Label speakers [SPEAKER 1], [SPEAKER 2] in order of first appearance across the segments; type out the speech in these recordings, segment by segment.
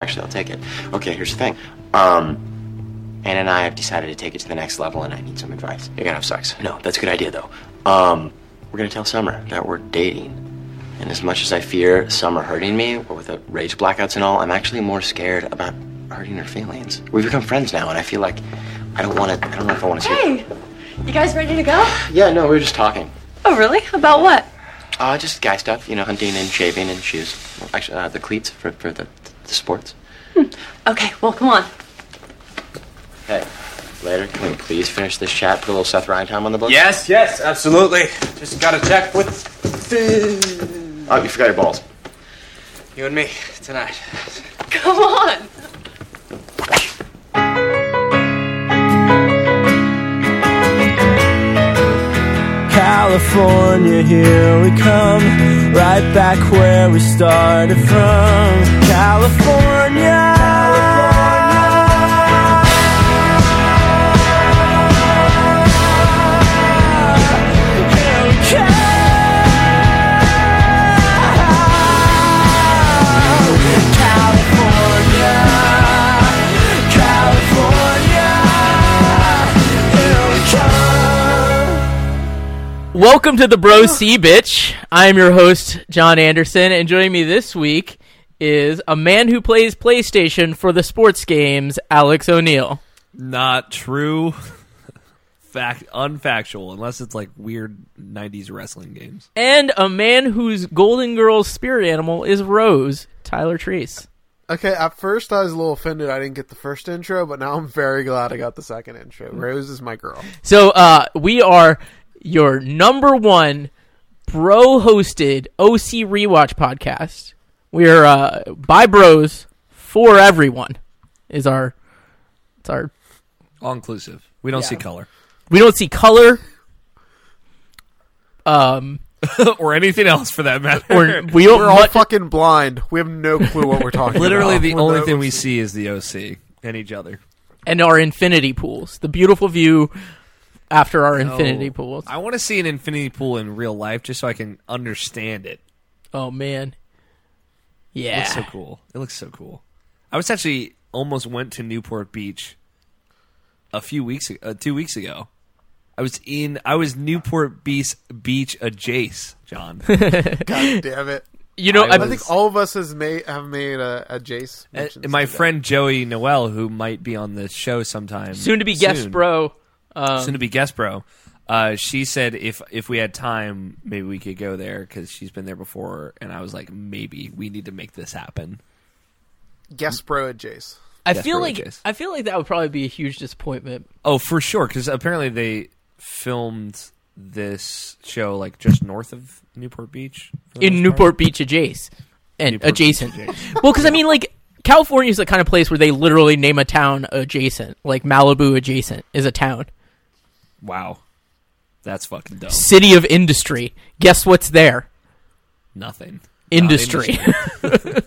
[SPEAKER 1] Actually, I'll take it. Okay, here's the thing. Um, Anna and I have decided to take it to the next level, and I need some advice. You're gonna have sex. No, that's a good idea though. Um, we're gonna tell Summer that we're dating. And as much as I fear Summer hurting me, or with the rage blackouts and all, I'm actually more scared about hurting her feelings. We've become friends now, and I feel like I don't want to. I don't know if I want to.
[SPEAKER 2] Hey, you guys ready to go?
[SPEAKER 1] Yeah, no, we were just talking.
[SPEAKER 2] Oh, really? About what?
[SPEAKER 1] Uh, just guy stuff, you know, hunting and shaving and shoes. Actually, uh, the cleats for, for the, the sports.
[SPEAKER 2] Okay, well, come on.
[SPEAKER 1] Hey, later, can we please finish this chat? Put a little Seth Ryan time on the book?
[SPEAKER 3] Yes, yes, absolutely. Just gotta check with
[SPEAKER 1] Oh, you forgot your balls.
[SPEAKER 3] you and me tonight.
[SPEAKER 2] Come on.
[SPEAKER 4] California, here we come. Right back where we started from. California. Here we come. California, California, here we come.
[SPEAKER 5] Welcome to the Bro C Bitch. I am your host, John Anderson, and joining me this week is a man who plays PlayStation for the sports games, Alex O'Neill.
[SPEAKER 6] not true fact unfactual unless it's like weird 90s wrestling games
[SPEAKER 5] And a man whose Golden Girls spirit animal is Rose, Tyler Treese.
[SPEAKER 7] Okay, at first I was a little offended I didn't get the first intro, but now I'm very glad I got the second intro.
[SPEAKER 6] Mm.
[SPEAKER 7] Rose is my girl.
[SPEAKER 5] So uh, we are your number one bro hosted OC rewatch podcast. We are uh, by bros for everyone. Is our it's our
[SPEAKER 6] all inclusive we don't see color
[SPEAKER 5] we don't see color. Um,
[SPEAKER 6] or anything else for that matter
[SPEAKER 5] or we don't.
[SPEAKER 7] We're all
[SPEAKER 5] much-
[SPEAKER 7] fucking blind. We have no clue what we're talking
[SPEAKER 6] literally
[SPEAKER 7] about.
[SPEAKER 6] the
[SPEAKER 7] We're
[SPEAKER 6] only
[SPEAKER 7] no-
[SPEAKER 6] thing we see is the oc and each other
[SPEAKER 5] and our infinity pools. The beautiful view after our infinity
[SPEAKER 6] Oh,
[SPEAKER 5] pools.
[SPEAKER 6] i want to see an infinity pool in real life just so i can understand it
[SPEAKER 5] Oh man,
[SPEAKER 6] it looks so
[SPEAKER 5] yeah.
[SPEAKER 6] cool it looks so cool i was actually almost went to newport beach a few weeks ago uh, two weeks ago i was in i was newport beach beach adjacent john
[SPEAKER 7] God damn it.
[SPEAKER 5] You know,
[SPEAKER 6] I
[SPEAKER 5] I,
[SPEAKER 7] I think all of us has made have made a, a Jace.
[SPEAKER 6] And-
[SPEAKER 7] mention
[SPEAKER 6] and my
[SPEAKER 7] to that.
[SPEAKER 6] friend Joey Noel, who might be on the show sometime,
[SPEAKER 5] soon to be guest bro. Um,
[SPEAKER 6] soon to be guest bro. Uh, she said if if we had time, maybe we could go there because she's been there before. And I was like, maybe we need to make this happen.
[SPEAKER 7] guest bro at Jace.
[SPEAKER 5] I
[SPEAKER 6] Yes,
[SPEAKER 5] feel
[SPEAKER 6] Burley
[SPEAKER 5] like
[SPEAKER 6] Jays.
[SPEAKER 5] I feel like that would probably be a huge disappointment.
[SPEAKER 6] Oh, for sure, because apparently they filmed this show like just north of Newport Beach for the
[SPEAKER 5] in
[SPEAKER 6] most part.
[SPEAKER 5] Newport Beach adjacent and
[SPEAKER 6] Newport Beach
[SPEAKER 5] adjacent. well, because I mean, like California's the kind of place where they literally name a town adjacent. Like Malibu adjacent is a town.
[SPEAKER 6] Wow, that's fucking dumb.
[SPEAKER 5] City of industry. Guess what's there?
[SPEAKER 6] Nothing. Uh,
[SPEAKER 5] Industry.
[SPEAKER 6] Not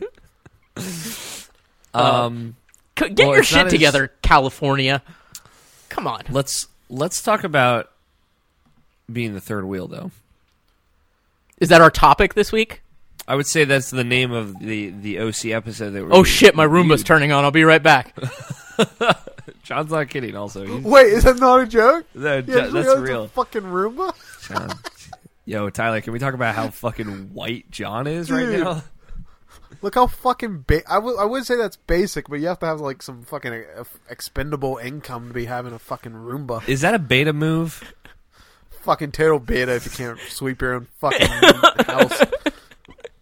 [SPEAKER 6] Um.
[SPEAKER 5] C- Get
[SPEAKER 6] Well,
[SPEAKER 5] your
[SPEAKER 6] it's not
[SPEAKER 5] shit
[SPEAKER 6] as-
[SPEAKER 5] together, California. Come on.
[SPEAKER 6] Let's let's talk about being the third wheel though.
[SPEAKER 5] Is that our topic this week?
[SPEAKER 6] I would say that's the name of the the OC episode that we're
[SPEAKER 5] Oh shit, my Roomba's turning on. I'll be right back.
[SPEAKER 6] John's not kidding also. He's-
[SPEAKER 7] Wait, is that not a joke?
[SPEAKER 6] No, Jo-
[SPEAKER 7] Yeah,
[SPEAKER 6] that's
[SPEAKER 7] Leo's a
[SPEAKER 6] real.
[SPEAKER 7] fucking Roomba.
[SPEAKER 6] John. Yo, Tyler, can we talk about how fucking white John is right
[SPEAKER 7] Dude.
[SPEAKER 6] now?
[SPEAKER 7] Look how fucking ba- I would I would say that's basic, but you have to have like some fucking uh, expendable income to be having a fucking Roomba.
[SPEAKER 6] Is that a beta move?
[SPEAKER 7] fucking total beta if you can't sweep your own fucking house.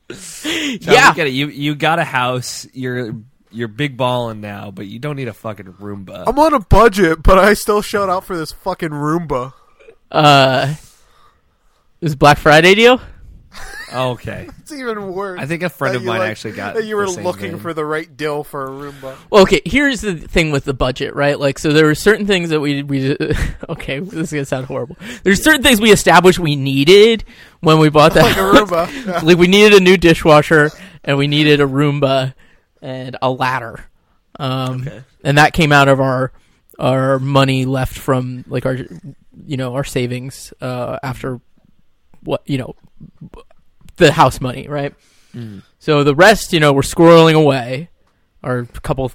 [SPEAKER 6] John,
[SPEAKER 5] Yeah.
[SPEAKER 6] we get it. You you got a house. You're you're big balling now, but you don't need a fucking Roomba.
[SPEAKER 7] I'm on a budget, but I still showed out for this fucking Roomba.
[SPEAKER 5] Uh, is Black Friday deal?
[SPEAKER 6] okay.
[SPEAKER 7] It's even worse.
[SPEAKER 6] I think a friend
[SPEAKER 7] that
[SPEAKER 6] of
[SPEAKER 7] you,
[SPEAKER 6] mine
[SPEAKER 7] like-
[SPEAKER 6] actually got
[SPEAKER 7] that you were
[SPEAKER 6] the same
[SPEAKER 7] looking
[SPEAKER 6] thing.
[SPEAKER 7] for the right deal for a Roomba.
[SPEAKER 5] Well, okay, here's the thing with the budget, right? Like, so there were certain things that we we okay, this is gonna sound horrible. There's certain things we established we needed when we bought that.
[SPEAKER 7] Like a Roomba.
[SPEAKER 5] like we needed a new dishwasher and we needed a Roomba and a ladder. Um, and that came out of our our money left from like our you know our savings uh, after what you know the house money, right? So the rest, you know, we're squirreling away. our couple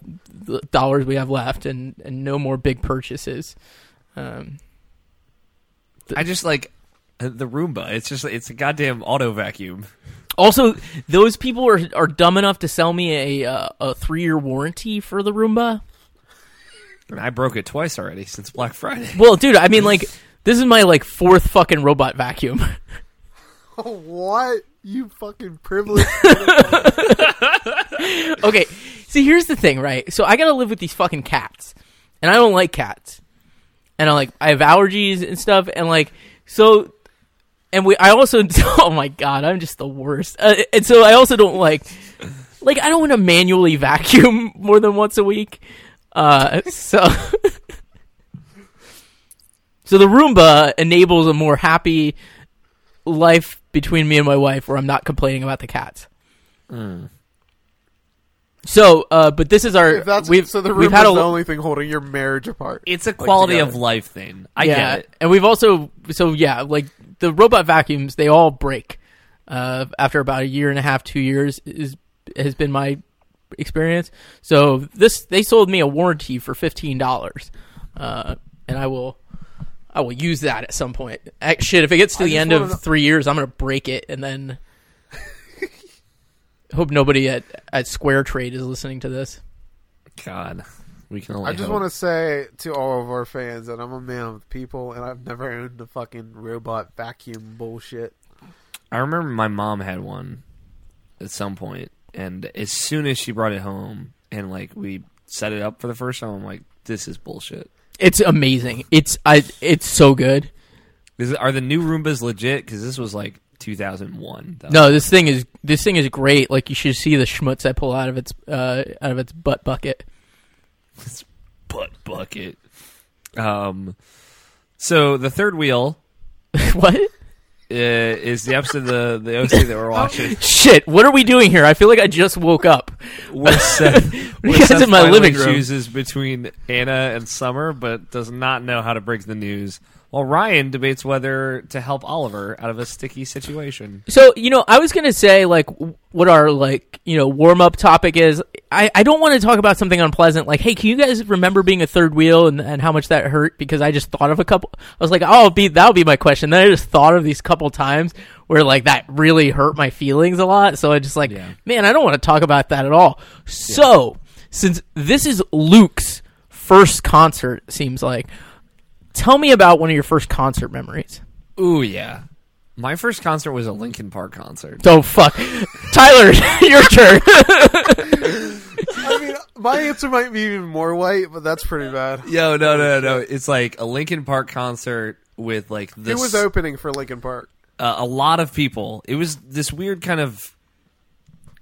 [SPEAKER 5] th- dollars we have left, and and no more big purchases. Um,
[SPEAKER 6] I just like uh, the Roomba. It's just it's a goddamn auto vacuum.
[SPEAKER 5] also, those people are are dumb enough to sell me a uh, a three year warranty for the Roomba.
[SPEAKER 6] And I broke it twice already since Black Friday.
[SPEAKER 5] Well, dude, I mean, like, this is my like fourth fucking robot vacuum.
[SPEAKER 7] Oh, what? You fucking privileged.
[SPEAKER 5] okay, see, here's the thing, right? So I gotta live with these fucking cats, and I don't like cats, and I like I have allergies and stuff, and like so, and we I also oh my god, I'm just the worst, uh, and so I also don't like like I don't want to manually vacuum more than once a week, uh, so. So the Roomba enables a more happy life between me and my wife, where I'm not complaining about the cats. So, uh, but this is our
[SPEAKER 7] If that's
[SPEAKER 5] we've
[SPEAKER 7] so the
[SPEAKER 5] we've
[SPEAKER 7] room
[SPEAKER 5] had a
[SPEAKER 7] the only thing holding your marriage apart.
[SPEAKER 6] It's a quality of
[SPEAKER 7] together.
[SPEAKER 6] life thing. I
[SPEAKER 5] yeah,
[SPEAKER 6] get it.
[SPEAKER 5] and we've also so yeah, like the robot vacuums, they all break uh, after about a year and a half, two years is has been my experience. So this they sold me a warranty for fifteen dollars, uh, and I will I will use that at some point. Ah, shit, if it gets to
[SPEAKER 7] I
[SPEAKER 5] the
[SPEAKER 7] just
[SPEAKER 5] end
[SPEAKER 7] wanna
[SPEAKER 5] of
[SPEAKER 7] know-
[SPEAKER 5] three years, I'm gonna break it and then. Hope nobody at, at Square Trade is listening to this.
[SPEAKER 6] God, we can only.
[SPEAKER 7] I just want to say to all of our fans that I'm a man of the people, and I've never owned a fucking robot vacuum bullshit.
[SPEAKER 6] I remember my mom had one at some point, and as soon as she brought it home, and like we set it up for the first time, I'm like, this is bullshit.
[SPEAKER 5] It's amazing. It's I. It's so good.
[SPEAKER 6] Is, are the new Roombas legit? Because this was like 2001. though.
[SPEAKER 5] No, this thing is this thing is great. Like you should see the schmutz I pull out of its uh, out of its butt bucket.
[SPEAKER 6] It's butt bucket. Um, so the third wheel
[SPEAKER 5] what?
[SPEAKER 6] uh, is the episode of the the OC that
[SPEAKER 7] Oh.
[SPEAKER 6] we're watching.
[SPEAKER 5] Shit! What are we doing here? I feel like I just woke up.
[SPEAKER 6] Where Seth, where
[SPEAKER 5] guys
[SPEAKER 6] Seth
[SPEAKER 5] in my
[SPEAKER 6] finally
[SPEAKER 5] living room.
[SPEAKER 6] chooses between Anna and Summer, but does not know how to break the news. While Ryan debates whether to help Oliver out of a sticky situation.
[SPEAKER 5] So you know, I was gonna say like w- what our like you know warm up topic is. I I don't want to talk about something unpleasant. Like, hey, can you guys remember being a third wheel and and how much that hurt? Because I just thought of a couple. I was like, oh, be that'll be my question. Then I just thought of these couple times where like that really hurt my feelings a lot. So I just like,
[SPEAKER 6] Yeah.
[SPEAKER 5] man, I don't want to talk about that at all. So since this is Luke's first concert, it seems like. Tell me about one of your first concert memories.
[SPEAKER 6] Ooh yeah. My first concert was a Linkin Park concert.
[SPEAKER 5] Oh fuck, Tyler, your turn.
[SPEAKER 7] I mean, my answer might be even more white, but that's pretty bad.
[SPEAKER 6] Yo, no, no, no. It's like a Linkin Park concert with like
[SPEAKER 7] It
[SPEAKER 6] this
[SPEAKER 7] was opening for Lincoln Park.
[SPEAKER 6] uh, a lot of people. It was this weird kind of.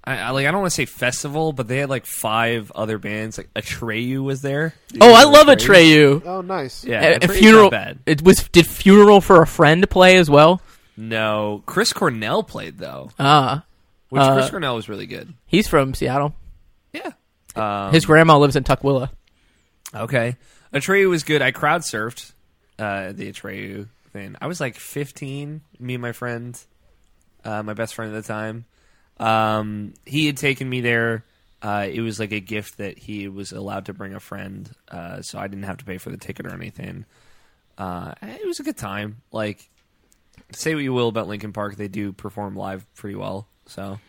[SPEAKER 6] I, I like I don't want to say festival, but they had like five other bands. Like Atreyu was there.
[SPEAKER 5] oh, I love Atreyu.
[SPEAKER 7] Oh, nice.
[SPEAKER 6] Yeah,
[SPEAKER 5] A, a
[SPEAKER 6] Atreyu's not
[SPEAKER 5] funeral.
[SPEAKER 6] bad.
[SPEAKER 5] It was. Did funeral for a friend play as well?
[SPEAKER 6] No, Chris Cornell played though,
[SPEAKER 5] Ah,
[SPEAKER 6] which Chris
[SPEAKER 5] uh,
[SPEAKER 6] Cornell was really good.
[SPEAKER 5] he's from Seattle.
[SPEAKER 6] Yeah. Um,
[SPEAKER 5] His grandma lives in Tukwila.
[SPEAKER 6] okay. Atreyu was good. I crowd surfed uh, the Atreyu thing. I was like 15. Me and my friend, uh, my best friend at the time, um, he had taken me there. Uh, it was like a gift that he was allowed to bring a friend, uh, so I didn't have to pay for the ticket or anything. Uh, it was a good time. Like, say what you will about Lincoln Park, they do perform live pretty well. So,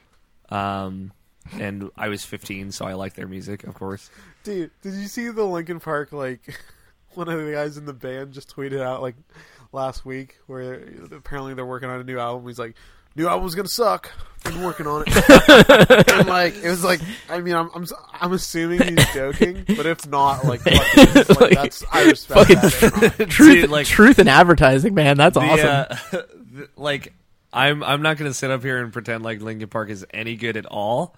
[SPEAKER 6] um, and I was 15, so I like their music, of course.
[SPEAKER 7] Dude, did you see the Lincoln Park like one of the guys in the band just tweeted out like last week where apparently they're working on a new album. He's like, "New album's gonna suck. Been working on it." and like it was like, I mean, I'm I'm I'm assuming he's joking, but if not, like, fucking, like,
[SPEAKER 5] Like,
[SPEAKER 7] that's I respect
[SPEAKER 5] fucking-
[SPEAKER 7] that.
[SPEAKER 5] Truth,
[SPEAKER 6] Dude, like-
[SPEAKER 5] truth in advertising, man. That's awesome.
[SPEAKER 6] The, uh, the- like, I'm I'm not gonna sit up here and pretend like Lincoln Park is any good at all.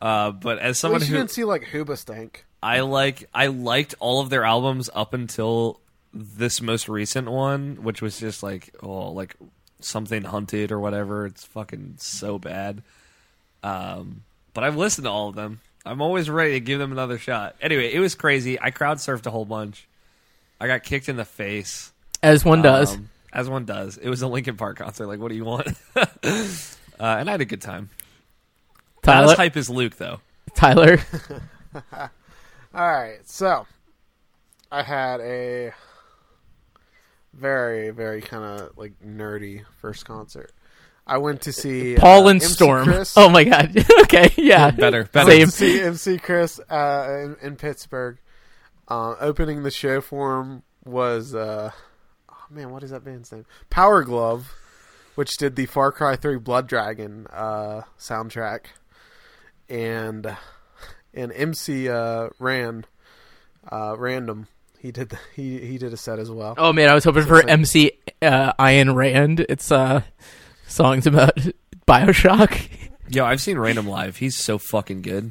[SPEAKER 6] Uh, but as
[SPEAKER 7] At
[SPEAKER 6] someone
[SPEAKER 7] least you
[SPEAKER 6] who
[SPEAKER 7] didn't see like Hooba Stank.
[SPEAKER 6] I like I liked all of their albums up until this most recent one, which was just like oh like something hunted or whatever. It's fucking so bad. Um, but I've listened to all of them. I'm always ready to give them another shot. Anyway, it was crazy. I crowd surfed a whole bunch. I got kicked in the face.
[SPEAKER 5] As one does.
[SPEAKER 6] Um, as one does. It was a Linkin Park concert. Like, what do you want? uh, and I had a good time. Not
[SPEAKER 5] Tyler.
[SPEAKER 6] as hype as Luke though.
[SPEAKER 5] Tyler.
[SPEAKER 7] All right, so I had a very, very kind of like nerdy first concert. I went to see
[SPEAKER 5] Paul
[SPEAKER 7] uh,
[SPEAKER 5] and
[SPEAKER 7] MC
[SPEAKER 5] Storm.
[SPEAKER 7] Chris.
[SPEAKER 5] Oh my god. okay, yeah.
[SPEAKER 6] Better, better.
[SPEAKER 5] Same.
[SPEAKER 7] MC, MC Chris uh, in, in Pittsburgh. Uh, opening the show for him was, uh, oh man, what is that band's name? Power Glove, which did the Far Cry 3 Blood Dragon uh, soundtrack. And and MC uh, Ran, uh, Random, he did the, he he did a set as well.
[SPEAKER 5] Oh man, I was hoping for
[SPEAKER 7] like-
[SPEAKER 5] MC uh, Ian Rand. It's uh, songs about Bioshock.
[SPEAKER 6] Yo, I've seen Random Live. He's so fucking good.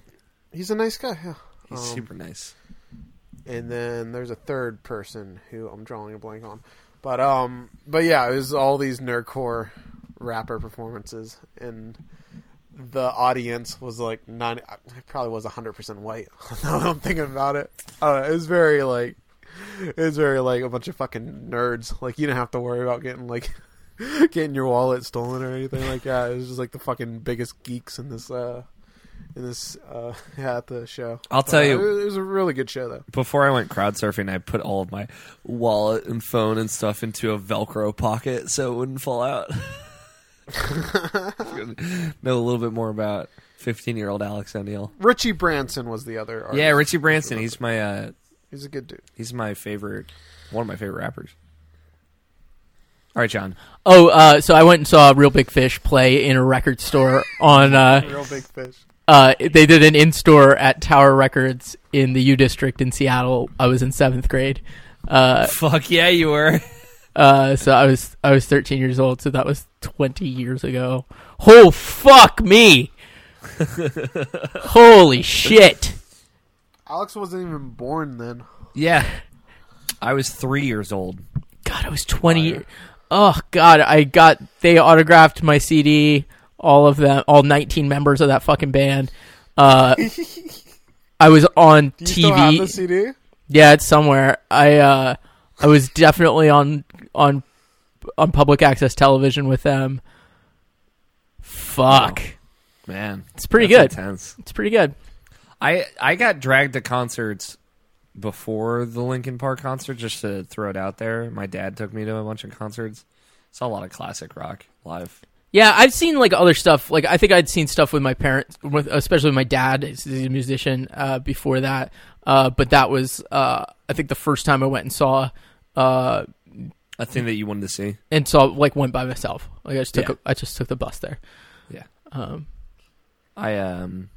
[SPEAKER 7] He's a nice guy. Yeah.
[SPEAKER 6] He's
[SPEAKER 7] Um,
[SPEAKER 6] super nice.
[SPEAKER 7] and then there's a third person who I'm drawing a blank on. But um, but yeah, it was all these nerdcore rapper performances, and the audience was like ninety. It probably was hundred percent white. now that I'm thinking about it, uh, it was very like it was very like a bunch of fucking nerds. Like you didn't have to worry about getting like getting your wallet stolen or anything like that. It was just like the fucking biggest geeks in this uh in this uh yeah, at the show.
[SPEAKER 6] I'll tell you-
[SPEAKER 7] it was- it was a really good show though.
[SPEAKER 6] Before I went crowd surfing, I put all of my wallet and phone and stuff into a Velcro pocket so it wouldn't fall out. know a little bit more about 15 year old Alex O'Neill.
[SPEAKER 7] Richie Branson was the other artist.
[SPEAKER 6] Yeah, Richie Branson. He's my uh,
[SPEAKER 7] He's a good dude.
[SPEAKER 6] he's my favorite, one of my favorite rappers. All right, John.
[SPEAKER 5] Oh, uh, so I went and saw Real Big Fish play in a record store on. Uh,
[SPEAKER 7] Real big fish.
[SPEAKER 5] uh, they did an in store at Tower Records in the U District in Seattle. I was in seventh grade. Uh,
[SPEAKER 6] Fuck yeah, you were.
[SPEAKER 5] uh, so I was I was 13 years old. So that was 20 years ago. Oh fuck me! Holy shit!
[SPEAKER 7] Alex wasn't even born then.
[SPEAKER 6] Yeah, I was three years old.
[SPEAKER 5] God, I was 20. Oh God, I got they autographed my CD, all of them, all 19 members of that fucking band. Uh, I was on
[SPEAKER 7] Do you
[SPEAKER 5] TV.
[SPEAKER 7] still have the CD?
[SPEAKER 5] Yeah, it's somewhere. I uh, I was definitely on on on public access television with them. Fuck,
[SPEAKER 6] Man, it's
[SPEAKER 5] pretty good.
[SPEAKER 6] Intense.
[SPEAKER 5] it's pretty good.
[SPEAKER 6] I I got dragged to concerts before the Linkin Park concert just to throw it out there. My dad took me to a bunch of concerts. Saw a lot of classic rock live.
[SPEAKER 5] Yeah, I've seen like other stuff. Like I think I'd seen stuff with my parents, with especially my dad. He's a musician uh, before that, uh, but that was uh, I think the first time I went and saw uh,
[SPEAKER 6] A thing that you wanted to see.
[SPEAKER 5] and saw like went by myself. Like I just took
[SPEAKER 6] Yeah.
[SPEAKER 5] a, I just took the bus there.
[SPEAKER 6] Yeah.
[SPEAKER 5] Um,
[SPEAKER 6] I um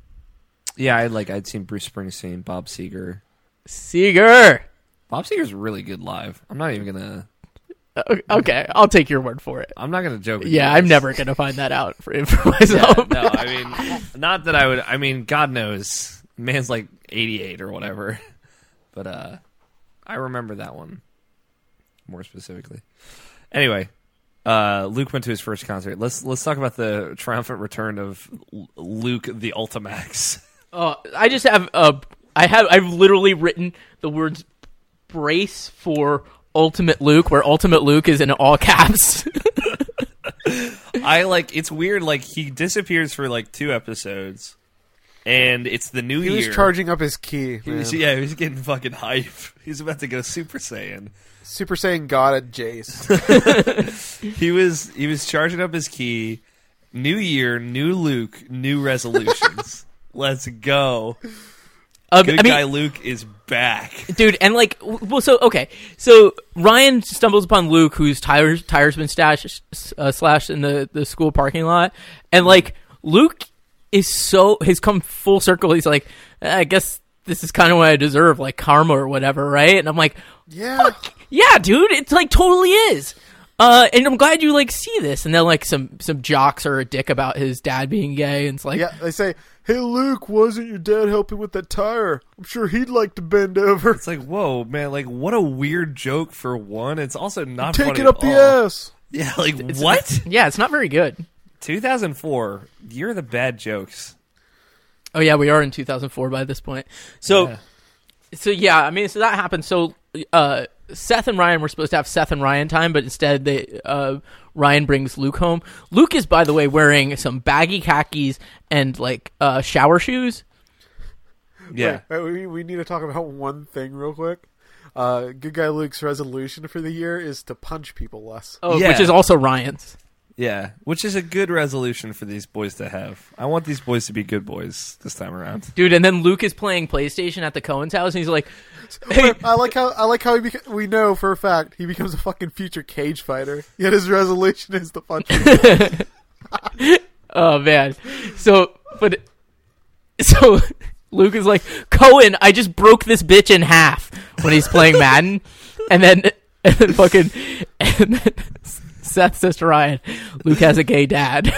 [SPEAKER 6] yeah, I like I'd seen Bruce Springsteen, Bob Seger.
[SPEAKER 5] Seeger.
[SPEAKER 6] Bob Seger's really good live. I'm not even gonna
[SPEAKER 5] O- Okay, I'll take your word for it.
[SPEAKER 6] I'm not gonna joke. with you
[SPEAKER 5] Yeah, I'm
[SPEAKER 6] guys.
[SPEAKER 5] never gonna find that out for, for myself.
[SPEAKER 6] No, I mean not that I would I mean, God knows. Man's like eighty eight or whatever. But uh I remember that one more specifically. Anyway, uh Luke went to his first concert. Let's let's talk about the triumphant return of L- Luke the Ultimax.
[SPEAKER 5] Uh, I just have uh, I have I've literally written the words brace for ultimate Luke, where ultimate Luke is in all caps.
[SPEAKER 6] I like it's weird. Like he disappears for like two episodes, and it's the new
[SPEAKER 7] He
[SPEAKER 6] year.
[SPEAKER 7] was charging up his key.
[SPEAKER 6] He was-
[SPEAKER 7] man.
[SPEAKER 6] yeah, he's getting fucking hype. He's about to go Super Saiyan.
[SPEAKER 7] Super Saiyan God at Jace.
[SPEAKER 6] He was he was charging up his key. New year, new Luke, new resolutions. Let's go.
[SPEAKER 5] Um,
[SPEAKER 6] Good
[SPEAKER 5] I mean,
[SPEAKER 6] guy Luke is back.
[SPEAKER 5] dude, and like, w- well, so okay, so Ryan stumbles upon Luke, whose tires tires been stashed uh, slashed in the the school parking lot,
[SPEAKER 6] Hmm.
[SPEAKER 5] and like Luke is so has come full circle. He's like, "Eh, I guess this is kind of what I deserve, like karma or whatever, right? And I'm like,
[SPEAKER 7] yeah.
[SPEAKER 5] Yeah, dude, it's like totally is. Uh, and I'm glad you like see this. And then like some some jocks are a dick about his dad being gay, and it's like,
[SPEAKER 7] Yeah. They say, Hey Luke, wasn't your dad helping with that tire? I'm sure he'd like to bend over.
[SPEAKER 6] It's like whoa, man! Like what a weird joke for one. It's also not
[SPEAKER 7] Take
[SPEAKER 6] funny
[SPEAKER 7] it up
[SPEAKER 6] at
[SPEAKER 7] the
[SPEAKER 6] all.
[SPEAKER 7] ass.
[SPEAKER 6] Yeah, like what?
[SPEAKER 5] yeah, it's not very good.
[SPEAKER 6] 2004. You're the bad jokes.
[SPEAKER 5] Oh yeah, we are in 2004 by this point. So, so yeah, I mean, so that happened. So, uh, Seth and Ryan were supposed to have Seth and Ryan time, but instead they uh, Ryan brings Luke home. Luke is, by the way, wearing some baggy khakis and like uh, shower shoes.
[SPEAKER 6] Yeah.
[SPEAKER 7] Wait, wait, we, we need to talk about one thing real quick. Uh, good guy Luke's resolution for the year is to punch people less.
[SPEAKER 5] Oh,
[SPEAKER 6] Yeah.
[SPEAKER 5] which is also Ryan's.
[SPEAKER 6] Yeah, which is a good resolution for these boys to have. I want these boys to be good boys this time around.
[SPEAKER 5] Dude, and then Luke is playing PlayStation at the Cohen's house, and he's like, "Hey,
[SPEAKER 7] Wait, I like how I like how he beca- we know for a fact he becomes a fucking future cage fighter. Yet his resolution is to punch. people.
[SPEAKER 5] oh man." So, but so Luke is like, "Cohen, I just broke this bitch in half" when he's playing Madden, and then and then fucking and then Seth says to Ryan, "Luke has a gay dad."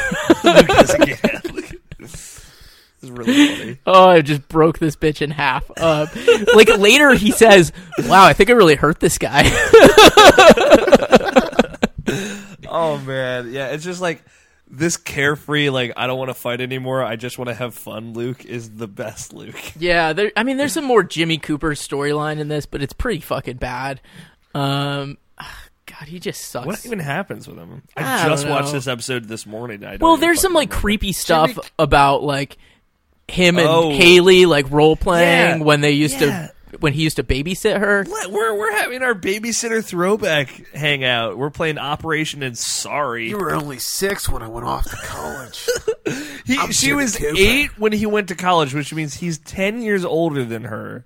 [SPEAKER 6] This is really funny.
[SPEAKER 5] oh, I just broke this bitch in half. Uh, like later, he says, "Wow, I think I really hurt this guy."
[SPEAKER 6] Oh man, yeah, it's just like this carefree, like I don't want to fight anymore. I just want to have fun. Luke is the best Luke.
[SPEAKER 5] Yeah, there, I mean, there's some more Jimmy Cooper storyline in this, but it's pretty fucking bad. Um, God, he just sucks.
[SPEAKER 6] What even happens with him?
[SPEAKER 5] I
[SPEAKER 6] I, just
[SPEAKER 5] don't know.
[SPEAKER 6] watched this episode this morning. I don't
[SPEAKER 5] well,
[SPEAKER 6] even
[SPEAKER 5] there's some like
[SPEAKER 6] fucking remember.
[SPEAKER 5] creepy stuff about like him and
[SPEAKER 6] Oh.
[SPEAKER 5] Haley like role playing
[SPEAKER 6] Yeah,
[SPEAKER 5] when they used
[SPEAKER 6] yeah.
[SPEAKER 5] to when he used to babysit her.
[SPEAKER 6] What? We're we're having our babysitter throwback hangout. We're playing Operation and Sorry.
[SPEAKER 7] you were only six when I went off to college.
[SPEAKER 6] He,
[SPEAKER 7] I'm
[SPEAKER 6] she
[SPEAKER 7] Jimmy
[SPEAKER 6] was
[SPEAKER 7] Cooper.
[SPEAKER 6] eight when he went to college, which means he's ten years older than her.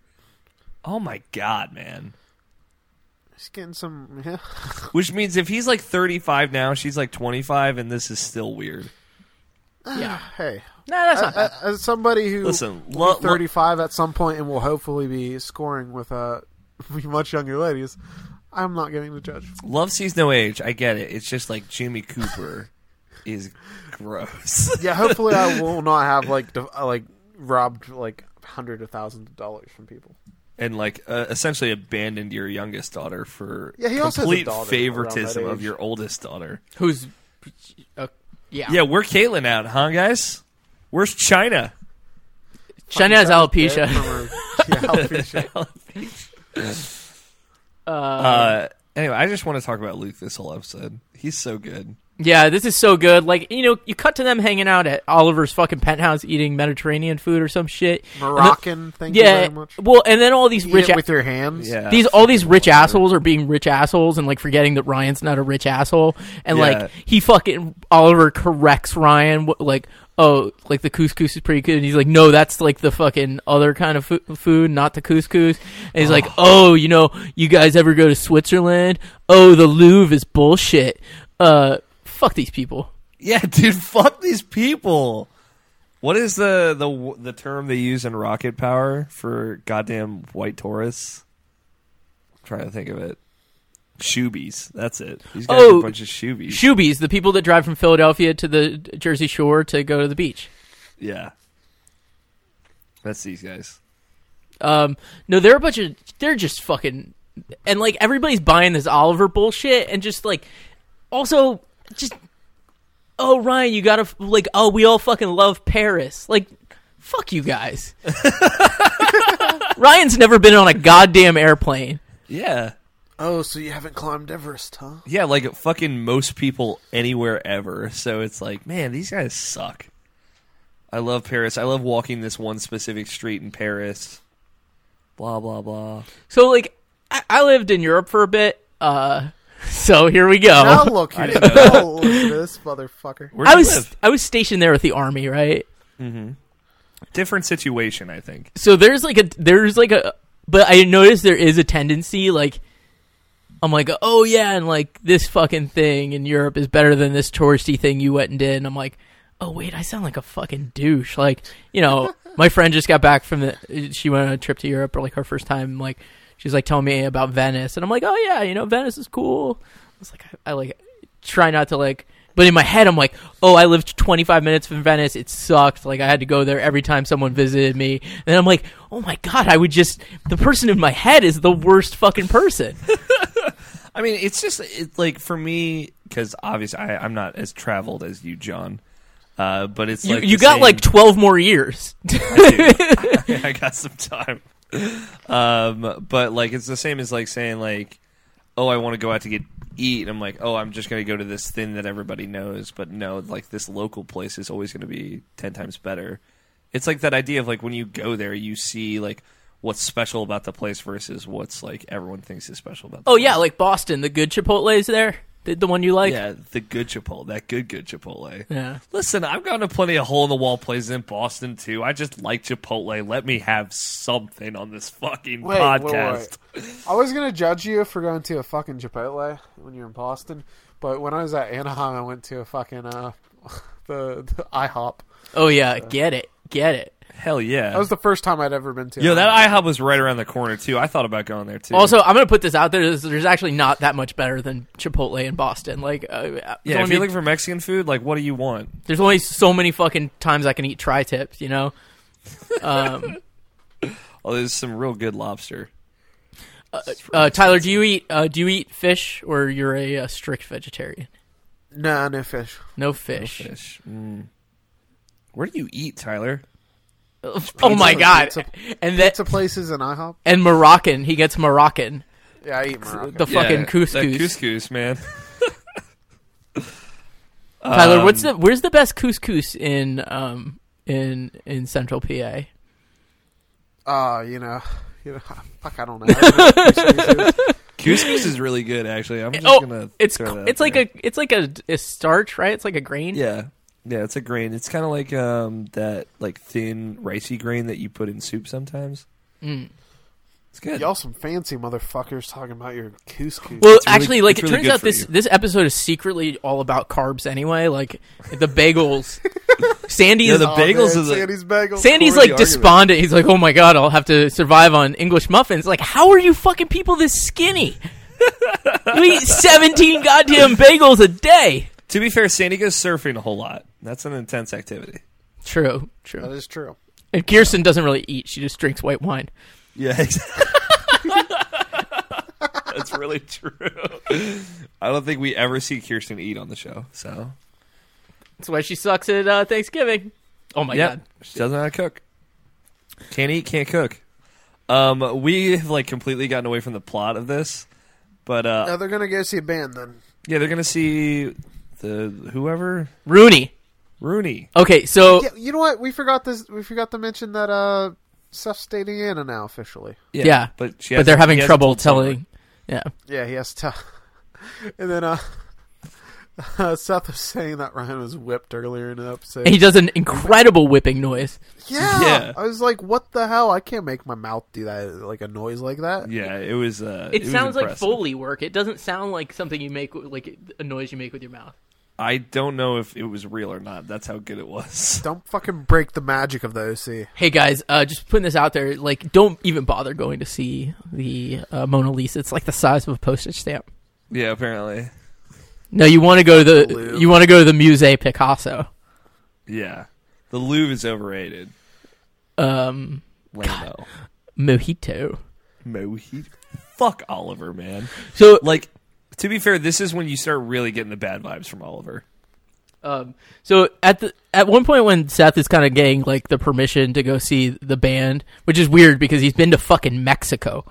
[SPEAKER 6] Oh my god, man!
[SPEAKER 7] Just getting some. Yeah.
[SPEAKER 6] Which means if he's like thirty-five now, she's like twenty-five, and this is still weird.
[SPEAKER 7] Hey,
[SPEAKER 5] No, that's not bad.
[SPEAKER 7] as, as somebody who
[SPEAKER 6] Listen,
[SPEAKER 7] will
[SPEAKER 6] lo-
[SPEAKER 7] be 35 at some point and will hopefully be scoring with uh, much younger ladies, I'm not getting to judge.
[SPEAKER 6] Love sees no age. I get it. It's just like Jimmy Cooper is gross.
[SPEAKER 7] Yeah, hopefully I will not have like def- uh, like robbed like hundreds of thousands of dollars from people.
[SPEAKER 6] and like uh, essentially abandoned your youngest daughter for
[SPEAKER 7] Yeah, he also has a
[SPEAKER 6] complete
[SPEAKER 7] daughter
[SPEAKER 6] favoritism
[SPEAKER 7] around that
[SPEAKER 6] of
[SPEAKER 7] age.
[SPEAKER 6] your oldest daughter.
[SPEAKER 5] Who's uh, yeah?
[SPEAKER 6] Yeah, we're Caitlin out, huh, guys? Where's China?
[SPEAKER 5] China has
[SPEAKER 7] Dead from
[SPEAKER 5] alopecia.
[SPEAKER 7] her- yeah, alopecia.
[SPEAKER 6] Uh, anyway, I just want to talk about Luke this whole episode. He's so good.
[SPEAKER 5] Yeah, this is so good. Like you know, you cut to them hanging out at Oliver's fucking penthouse eating Mediterranean food or some shit. And the-
[SPEAKER 7] Moroccan, thank you
[SPEAKER 5] Yeah,
[SPEAKER 7] very much.
[SPEAKER 5] well, and then all these
[SPEAKER 7] Eat
[SPEAKER 5] rich
[SPEAKER 7] it with your hands.
[SPEAKER 6] Yeah,
[SPEAKER 5] these all these rich assholes are being rich assholes and like forgetting that Ryan's not a rich asshole and
[SPEAKER 6] Yeah.
[SPEAKER 5] like he fucking Oliver corrects Ryan wh- like oh like the couscous is pretty good and he's like no that's like the fucking other kind of fu- food not the couscous and he's like oh you know you guys ever go to Switzerland oh the Louvre is bullshit uh fuck these people
[SPEAKER 6] yeah, dude. Fuck these people. What is the the the term they use in Rocket Power for goddamn white Taurus? I'm trying to think of it. Shoobies. That's it. These guys are
[SPEAKER 5] Oh,
[SPEAKER 6] a bunch of shoobies.
[SPEAKER 5] Shoobies the people that drive from Philadelphia to the Jersey Shore to go to the beach
[SPEAKER 6] Yeah. That's these guys.
[SPEAKER 5] Um, no, they're a bunch of they're just fucking and like everybody's buying this Oliver bullshit and just like also just oh Ryan, you gotta f- like oh we all fucking love Paris like fuck you guys. Ryan's never been on a goddamn airplane.
[SPEAKER 6] Yeah.
[SPEAKER 7] Oh, so you haven't climbed Everest, huh?
[SPEAKER 6] Yeah, like fucking most people anywhere ever. So it's like, man, these guys suck. I love Paris. I love walking this one specific street in Paris. Blah blah blah.
[SPEAKER 5] So like I, I lived in Europe for a bit. Uh, so here we go.
[SPEAKER 7] Now look who's oh, look at this motherfucker.
[SPEAKER 6] Where
[SPEAKER 5] I
[SPEAKER 6] do you
[SPEAKER 5] was
[SPEAKER 6] live?
[SPEAKER 5] I was stationed there with the army, right?
[SPEAKER 6] Different situation, I think.
[SPEAKER 5] so there's like a there's like a but I noticed there is a tendency like I'm like oh yeah and like this fucking thing in Europe is better than this touristy thing you went and did and I'm like oh wait I sound like a fucking douche like you know my friend just got back from the she went on a trip to Europe or like her first time like she's like telling me about Venice and I'm like oh yeah you know Venice is cool I was like I, I like try not to like but in my head I'm like, "Oh, I lived 25 minutes from Venice. It sucked. Like I had to go there every time someone visited me." And then I'm like, "Oh my god, I would just the person in my head is the worst fucking person."
[SPEAKER 6] I mean, it's just it's like for me because obviously I, I'm not as traveled as you, John. Uh, but it's
[SPEAKER 5] you
[SPEAKER 6] like
[SPEAKER 5] you
[SPEAKER 6] the
[SPEAKER 5] got
[SPEAKER 6] same-
[SPEAKER 5] like 12 more years.
[SPEAKER 6] I got some time. Um, but like it's the same as like saying like, oh, I want to go out to get eat. And I'm like, oh, I'm just gonna go to this thing that everybody knows. But no, like this local place is always gonna be ten times better. It's like that idea of like when you go there, you see like what's special about the place versus what's like everyone thinks is special about. The
[SPEAKER 5] Oh
[SPEAKER 6] place.
[SPEAKER 5] yeah, like Boston, the good Chipotle's there. The, the one you like.
[SPEAKER 6] yeah, the good Chipotle, that good good Chipotle.
[SPEAKER 5] Yeah.
[SPEAKER 6] Listen, I've gone to plenty of hole in the wall places in Boston too. I just like Chipotle. Let me have something on this fucking
[SPEAKER 7] Wait, wait, wait.
[SPEAKER 6] podcast.
[SPEAKER 7] I was gonna judge you for going to a fucking Chipotle when you're in Boston, but when I was at Anaheim, I went to a fucking uh, the, the IHOP.
[SPEAKER 5] Oh yeah, get it, get it.
[SPEAKER 6] Hell yeah.
[SPEAKER 7] That was the first time I'd ever been to.
[SPEAKER 6] Yo,
[SPEAKER 7] an
[SPEAKER 6] that IHOP was right around the corner too. I thought about going there too.
[SPEAKER 5] Also, I'm gonna put this out there. There's, there's actually not that much better than Chipotle in Boston. Like, uh, there's
[SPEAKER 6] yeah, if
[SPEAKER 5] only,
[SPEAKER 6] you're looking for Mexican food, like what do you want?
[SPEAKER 5] there's only so many fucking times I can eat tri-tips. You know, Um,
[SPEAKER 6] Oh, there's some real good lobster.
[SPEAKER 5] uh, Tyler, do you eat uh, do you eat fish or you're a, uh strict vegetarian?
[SPEAKER 7] Nah, no fish.
[SPEAKER 5] No fish.
[SPEAKER 6] Fish. Mm. Where do you eat, Tyler?
[SPEAKER 5] oh my
[SPEAKER 7] Pizza-
[SPEAKER 5] god!
[SPEAKER 7] pizza-
[SPEAKER 5] and that
[SPEAKER 7] Pizza places in IHOP.
[SPEAKER 5] and Moroccan, he gets Moroccan.
[SPEAKER 7] Yeah, I eat Moroccan.
[SPEAKER 5] The fucking
[SPEAKER 6] That
[SPEAKER 5] couscous.
[SPEAKER 6] couscous, man.
[SPEAKER 5] Tyler, what's
[SPEAKER 6] um,
[SPEAKER 5] the where's the best couscous in um in in Central PA?
[SPEAKER 7] Ah, you know, you know, fuck, I don't know. I don't know.
[SPEAKER 6] couscous is really good, actually. I'm just
[SPEAKER 5] Oh,
[SPEAKER 6] gonna.
[SPEAKER 5] it's
[SPEAKER 6] throw that
[SPEAKER 5] it's
[SPEAKER 6] out
[SPEAKER 5] like
[SPEAKER 6] there.
[SPEAKER 5] a it's like a, a starch, right? It's like a grain.
[SPEAKER 6] yeah, yeah. It's a grain. It's kind of like um that like thin ricey grain that you put in soup sometimes. Mm. It's good.
[SPEAKER 7] Y'all some fancy motherfuckers talking about your couscous.
[SPEAKER 5] Well,
[SPEAKER 6] really-
[SPEAKER 5] actually, like
[SPEAKER 6] it's
[SPEAKER 5] it turns
[SPEAKER 6] really good
[SPEAKER 5] out
[SPEAKER 6] for
[SPEAKER 5] this
[SPEAKER 6] you.
[SPEAKER 5] this episode is secretly all about carbs anyway. Like the bagels, Sandy
[SPEAKER 6] Yeah,
[SPEAKER 5] is
[SPEAKER 6] the
[SPEAKER 7] Aw,
[SPEAKER 6] bagels
[SPEAKER 7] man,
[SPEAKER 6] is a-
[SPEAKER 7] Sandy's bagels.
[SPEAKER 5] Sandy's
[SPEAKER 6] Corey
[SPEAKER 5] like
[SPEAKER 6] argument.
[SPEAKER 5] despondent. He's like, "Oh my god, I'll have to survive on English muffins." Like, how are you fucking people this skinny? we eat seventeen goddamn bagels a day.
[SPEAKER 6] To be fair, Sandy goes surfing a whole lot. That's an intense activity.
[SPEAKER 5] True,
[SPEAKER 7] That
[SPEAKER 5] true.
[SPEAKER 7] is true.
[SPEAKER 5] And Kirsten doesn't really eat; she just drinks white wine.
[SPEAKER 6] Yeah, exactly. That's really true. I don't think we ever see Kirsten eat on the show. So
[SPEAKER 5] That's why she sucks at uh, Thanksgiving. Oh my
[SPEAKER 6] yeah,
[SPEAKER 5] god.
[SPEAKER 6] she doesn't know how to cook. Can't eat, can't cook. Um, we've like completely gotten away from the plot of this, but
[SPEAKER 7] Now
[SPEAKER 6] uh,
[SPEAKER 7] they're gonna go see a band then.
[SPEAKER 6] yeah, they're gonna see the whoever
[SPEAKER 5] Rooney.
[SPEAKER 6] Rooney.
[SPEAKER 5] Okay, so
[SPEAKER 7] Yeah, you know what? We forgot this. We forgot to mention that uh, Seth's dating Anna now officially.
[SPEAKER 5] Yeah,
[SPEAKER 6] but she
[SPEAKER 5] but they're
[SPEAKER 6] hasn't-
[SPEAKER 5] having
[SPEAKER 6] he hasn't
[SPEAKER 5] trouble
[SPEAKER 6] told Summer.
[SPEAKER 5] telling. Yeah.
[SPEAKER 7] Yeah, he has to. And then uh, uh, Seth was saying that Ryan was whipped earlier in the episode.
[SPEAKER 5] And he does an incredible whipping noise.
[SPEAKER 7] yeah,
[SPEAKER 6] Yeah.
[SPEAKER 7] I was like, what the hell? I can't make my mouth do that like a noise like that.
[SPEAKER 6] Yeah, it was. Uh,
[SPEAKER 5] It,
[SPEAKER 6] was
[SPEAKER 5] sounds like
[SPEAKER 6] impressive.
[SPEAKER 5] Foley work. It doesn't sound like something you make, like a noise you make with your mouth.
[SPEAKER 6] I don't know if it was real or not. That's how good it was.
[SPEAKER 7] Don't fucking break the magic of the OC.
[SPEAKER 5] Hey guys, uh, just putting this out there. Like, don't even bother going to see the uh, Mona Lisa. It's like the size of a postage stamp.
[SPEAKER 6] Yeah, apparently.
[SPEAKER 5] No, you want to go to the
[SPEAKER 7] Blue.
[SPEAKER 5] you want to go to the Musée Picasso.
[SPEAKER 6] Yeah, the Louvre is overrated.
[SPEAKER 5] Um,
[SPEAKER 6] Lando
[SPEAKER 5] mojito.
[SPEAKER 6] mojito. Fuck Oliver, man.
[SPEAKER 5] So
[SPEAKER 6] Like, to be fair, this is when you start really getting the bad vibes from Oliver.
[SPEAKER 5] Um, so at the at one point when Seth is kind of getting like the permission to go see the band, which is weird because he's been to fucking Mexico.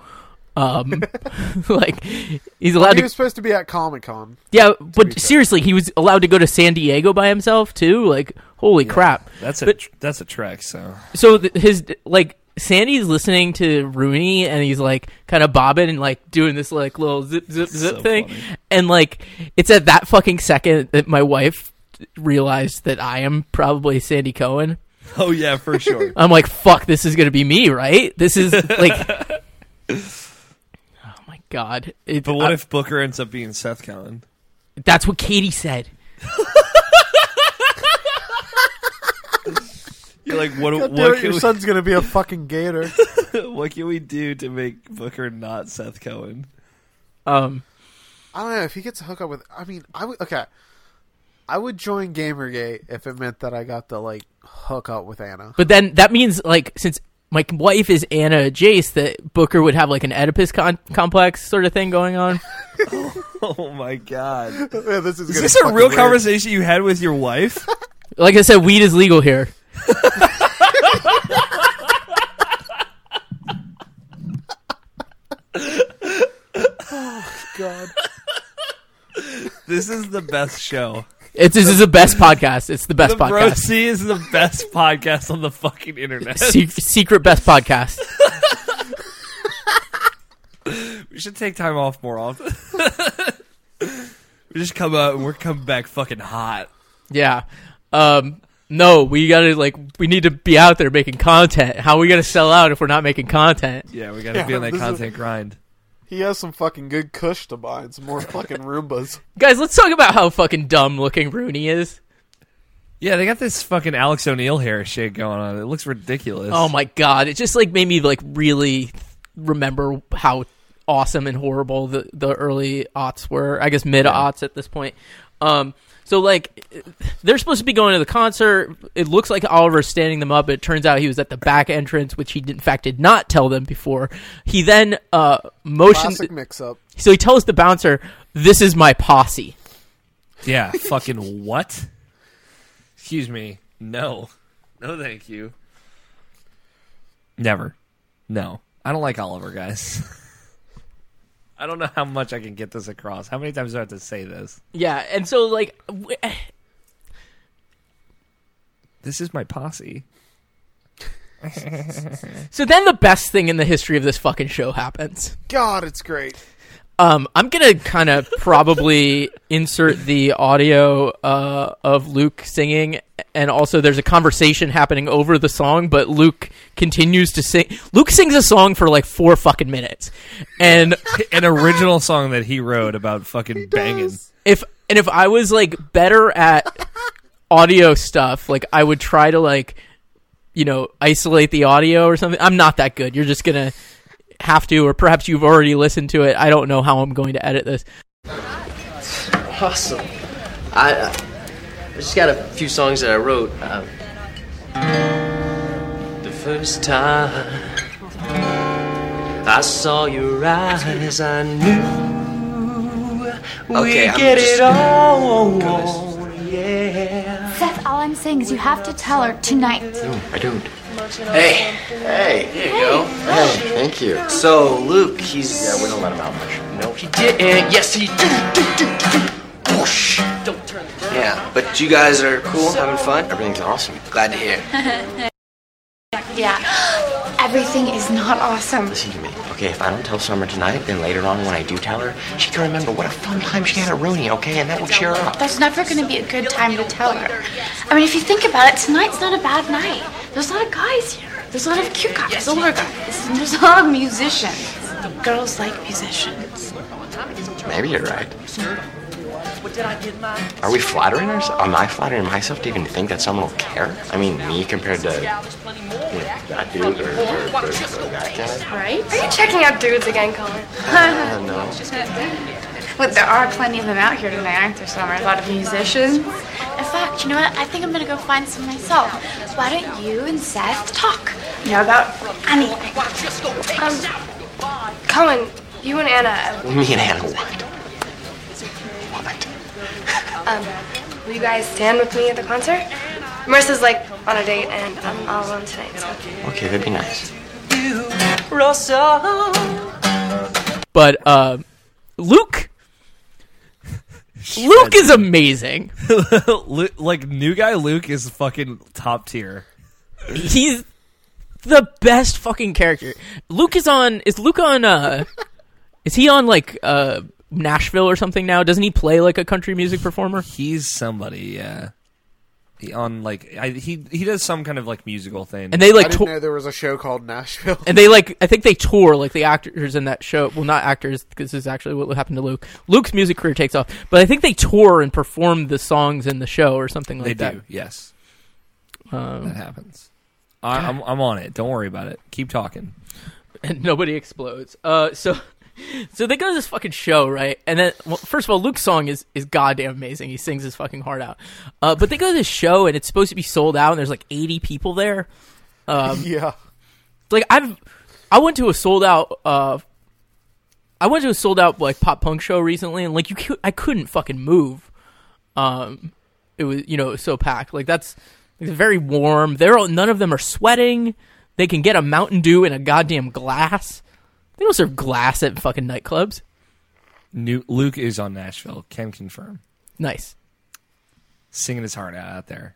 [SPEAKER 5] Um, like he's allowed
[SPEAKER 7] He
[SPEAKER 5] to,
[SPEAKER 7] was supposed to be at Comic Con.
[SPEAKER 5] yeah, but seriously, he was allowed to go to San Diego by himself too. Like, holy crap!
[SPEAKER 6] That's a
[SPEAKER 5] But-
[SPEAKER 6] tr- that's a track. So
[SPEAKER 5] so th- his like Sandy's listening to Rooney and he's like kind of bobbing and like doing this like little zip zip zip
[SPEAKER 6] So
[SPEAKER 5] thing,
[SPEAKER 6] funny.
[SPEAKER 5] and like it's at that fucking second that my wife realized that I am probably Sandy Cohen.
[SPEAKER 6] oh yeah, for sure.
[SPEAKER 5] I'm like, fuck, this is gonna be me, right? This is like, oh my god! It-
[SPEAKER 6] but what
[SPEAKER 5] I-
[SPEAKER 6] if Booker ends up being Seth Cohen?
[SPEAKER 5] that's what Katie said?
[SPEAKER 6] You're like, what?
[SPEAKER 7] God damn
[SPEAKER 6] what
[SPEAKER 7] it,
[SPEAKER 6] can
[SPEAKER 7] your
[SPEAKER 6] we,
[SPEAKER 7] son's gonna be a fucking gator.
[SPEAKER 6] what can we do to make Booker not Seth Cohen?
[SPEAKER 5] Um,
[SPEAKER 7] I don't know if he gets a hookup with. I mean, I would okay. I would join Gamergate if it meant that I got to like hook up with Anna.
[SPEAKER 5] but then that means like since my wife is Anna Jace, that Booker would have like an Oedipus con- complex sort of thing going on.
[SPEAKER 6] Oh my god! Is
[SPEAKER 7] Yeah, this is,
[SPEAKER 6] this a real conversation you had with your wife?
[SPEAKER 5] Like I said, weed is legal here.
[SPEAKER 7] God.
[SPEAKER 6] This is the best show.
[SPEAKER 5] It's this is the best podcast. It's the best
[SPEAKER 6] the Bro
[SPEAKER 5] podcast.
[SPEAKER 6] C is the best podcast on the fucking internet.
[SPEAKER 5] Se- secret best podcast.
[SPEAKER 6] we should take time off more often. we just come out and we're coming back fucking hot.
[SPEAKER 5] Yeah. Um no, we gotta like we need to be out there making content. How are we gonna sell out if we're not making content?
[SPEAKER 6] Yeah, we gotta
[SPEAKER 7] Yeah,
[SPEAKER 6] be on that
[SPEAKER 7] this is-
[SPEAKER 6] content grind.
[SPEAKER 7] He has some fucking good cush to buy and some more fucking Roombas.
[SPEAKER 5] Guys, let's talk about how fucking dumb looking Rooney is.
[SPEAKER 6] Yeah, they got this fucking Alex O'Neill hair shit going on. It looks ridiculous.
[SPEAKER 5] Oh my god, it just like made me like really remember how awesome and horrible the the early aughts were. I guess mid aughts at this point. Um, so like they're supposed to be going to the concert. It looks like Oliver's standing them up. It turns out he was at the back entrance, which he in fact did not tell them before. He then uh motions.
[SPEAKER 7] Classic mix up.
[SPEAKER 5] So he tells the bouncer, "This is my posse."
[SPEAKER 6] Yeah, fucking what? Excuse me. No. No, thank you. Never. No. I don't like Oliver, guys. I don't know how much I can get this across. How many times do I have to say this?
[SPEAKER 5] Yeah, and so like, w-
[SPEAKER 6] This is my posse.
[SPEAKER 5] so then the best thing in the history of this fucking show happens.
[SPEAKER 7] God, it's great.
[SPEAKER 5] Um, I'm gonna kind of probably insert the audio uh, of Luke singing, and also there's a conversation happening over the song, but Luke continues to sing. Luke sings a song for like four fucking minutes, and
[SPEAKER 6] An original song that he wrote about fucking banging.
[SPEAKER 5] if and if I was like better at audio stuff, like I would try to like you know isolate the audio or something. I'm not that good. You're just gonna have to, or perhaps you've already listened to it. I don't know how I'm going to edit this.
[SPEAKER 8] awesome. I, uh, I just got a few songs that I wrote. Um, the first time I saw your eyes, I knew
[SPEAKER 1] Okay,
[SPEAKER 8] we
[SPEAKER 1] I'm
[SPEAKER 8] get
[SPEAKER 1] just-
[SPEAKER 8] it all. Yeah.
[SPEAKER 9] Seth, all I'm saying is you have to tell her tonight.
[SPEAKER 1] I don't.
[SPEAKER 8] Hey,
[SPEAKER 1] Hey.
[SPEAKER 8] there you go.
[SPEAKER 1] Hey. Thank you.
[SPEAKER 8] So Luke, he's
[SPEAKER 1] Yeah, we don't let him out much.
[SPEAKER 8] no, he didn't. Yes, he did. Do, do, do, do. Whoosh. Yeah, but you guys are cool, having fun.
[SPEAKER 1] Everything's awesome.
[SPEAKER 8] Glad to hear.
[SPEAKER 9] Yeah. Everything is not awesome.
[SPEAKER 1] Listen to me. Okay, if I don't tell Summer tonight, then later on when I do tell her, she can remember what a fun time she had at Rooney, okay? And that will cheer her up.
[SPEAKER 9] There's never going to be a good time to tell her. I mean, if you think about it, tonight's not a bad night. There's a lot of guys here. There's a lot of cute guys, older guys, and there's a lot of musicians. Girls like musicians.
[SPEAKER 1] Maybe you're right. Are we flattering ourselves? Am I flattering myself to even think that someone will care? I mean, me compared to you know, that dude or, or, or, or that guy?
[SPEAKER 9] Right?
[SPEAKER 10] Are you checking out dudes again, Colin?
[SPEAKER 1] I don't know.
[SPEAKER 10] Well, there are plenty of them out here tonight, aren't there, Summer? A lot of musicians.
[SPEAKER 9] In fact, you know what? I think I'm going to go find some myself. Why don't you and Seth talk? You know, about anything.
[SPEAKER 10] Um, Colin, you and Anna,
[SPEAKER 1] Me and Hannah, what? What?
[SPEAKER 10] will you guys stand with me at the concert? Marissa's like on a date, and I'm all alone tonight. So.
[SPEAKER 1] Okay, that'd be nice.
[SPEAKER 5] But uh, Luke, Luke is amazing.
[SPEAKER 6] Lu- like new guy Luke is fucking top tier.
[SPEAKER 5] He's the best fucking character. Luke is on. Is Luke on? Uh, is he on like uh, Nashville or something now? Doesn't he play like a country music performer?
[SPEAKER 6] He's somebody, yeah. He on like I, he he does some kind of like musical thing.
[SPEAKER 5] And they
[SPEAKER 7] I
[SPEAKER 5] like
[SPEAKER 7] didn't
[SPEAKER 5] to-
[SPEAKER 7] know there was a show called Nashville.
[SPEAKER 5] and they like I think they tour like the actors in that show. Well, not actors because this is actually what happened to Luke. Luke's music career takes off, but I think they tour and perform the songs in the show or something
[SPEAKER 6] They
[SPEAKER 5] like that.
[SPEAKER 6] do, yes. that happens. I, I'm I'm on it. Don't worry about it. Keep talking.
[SPEAKER 5] and nobody explodes. Uh, so, so they go to this fucking show, right? And then, well, first of all, Luke's song is is goddamn amazing. He sings his fucking heart out. Uh, but they go to this show, and it's supposed to be sold out, and there's like 80 people there.
[SPEAKER 7] yeah.
[SPEAKER 5] Like I've, I went to a sold out. Uh, I went to a sold out like pop punk show recently, and like you, cou- I couldn't fucking move. Um, it was you know it was so packed. Like that's it's very warm. They're all, none of them are sweating. They can get a Mountain Dew in a goddamn glass. They don't serve glass at fucking nightclubs.
[SPEAKER 6] New, Luke is on Nashville. Can confirm.
[SPEAKER 5] Nice.
[SPEAKER 6] singing his heart out out there,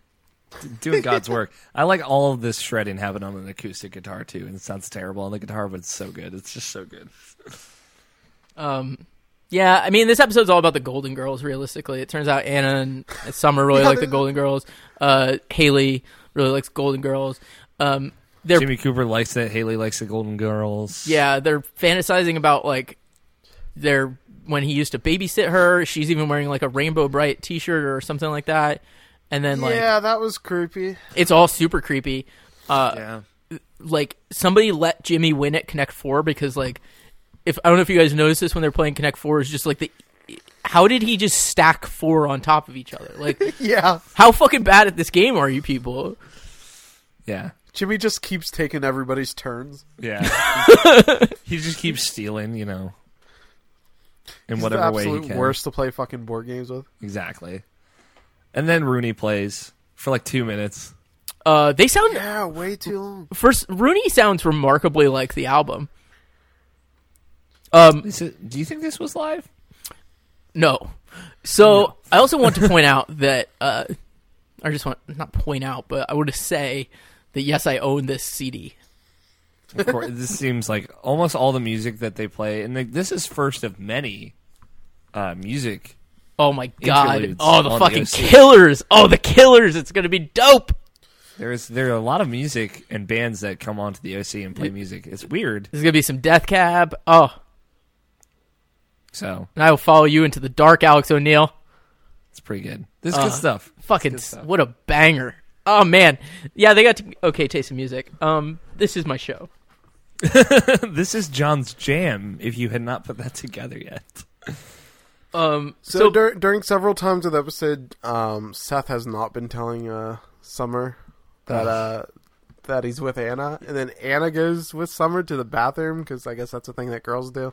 [SPEAKER 6] d- doing God's work. I like all of this shredding happening on an acoustic guitar too, and it sounds terrible on the guitar, but it's so good. It's just so good.
[SPEAKER 5] Um, yeah, I mean, this episode's all about the Golden Girls. Realistically, it turns out Anna and Summer really like the Golden Girls. Uh, Haley really likes Golden Girls. Um, they're
[SPEAKER 6] Jimmy Cooper likes that. Haley likes the Golden Girls.
[SPEAKER 5] yeah, they're fantasizing about like their when he used to babysit her. She's even wearing like a rainbow bright T-shirt or something like that. And then like
[SPEAKER 7] yeah, that was creepy.
[SPEAKER 5] it's all super creepy.
[SPEAKER 6] yeah.
[SPEAKER 5] like somebody let Jimmy win at Connect Four because like if I don't know if you guys noticed this when they're playing Connect Four is just like the how did he just stack four on top of each other? Like
[SPEAKER 7] Yeah,
[SPEAKER 5] how fucking bad at this game are you people?
[SPEAKER 6] Yeah.
[SPEAKER 7] Jimmy just keeps taking everybody's turns.
[SPEAKER 6] Yeah. he just keeps stealing, you know. In
[SPEAKER 7] He's
[SPEAKER 6] whatever
[SPEAKER 7] the
[SPEAKER 6] way he
[SPEAKER 7] absolute
[SPEAKER 6] can.
[SPEAKER 7] worst to play fucking board games with.
[SPEAKER 6] Exactly. And then Rooney plays for like two minutes.
[SPEAKER 5] Uh, they sound
[SPEAKER 7] Yeah, way too long.
[SPEAKER 5] first Rooney sounds remarkably like the album. Um,
[SPEAKER 6] Is it, do you think this was live?
[SPEAKER 5] No. So I also want to point out that uh, I just want not point out, but I would say that yes, I own this CD.
[SPEAKER 6] Of course, this seems like almost all the music that they play, and like, this is first of many uh, music.
[SPEAKER 5] Oh my god!
[SPEAKER 6] Interludes
[SPEAKER 5] Oh the
[SPEAKER 6] on the
[SPEAKER 5] fucking
[SPEAKER 6] OC.
[SPEAKER 5] killers! Oh the killers! It's gonna be dope.
[SPEAKER 6] There is there are a lot of music and bands that come onto the OC and play music. It's weird.
[SPEAKER 5] There's gonna be some Death Cab. Oh,
[SPEAKER 6] So
[SPEAKER 5] and I will follow you into the dark, Alex O'Neill.
[SPEAKER 6] it's pretty good. This is good stuff.
[SPEAKER 5] Fucking
[SPEAKER 6] It's good stuff.
[SPEAKER 5] what a banger! Oh man, yeah, they got to, okay taste in music. Um, this is my show.
[SPEAKER 6] This is John's jam. If you had not put that together yet,
[SPEAKER 5] Um,
[SPEAKER 7] So,
[SPEAKER 5] so,
[SPEAKER 7] dur- during several times of the episode, um, Seth has not been telling uh, Summer that uh, that he's with Anna, and then Anna goes with Summer to the bathroom because I guess that's a thing that girls do.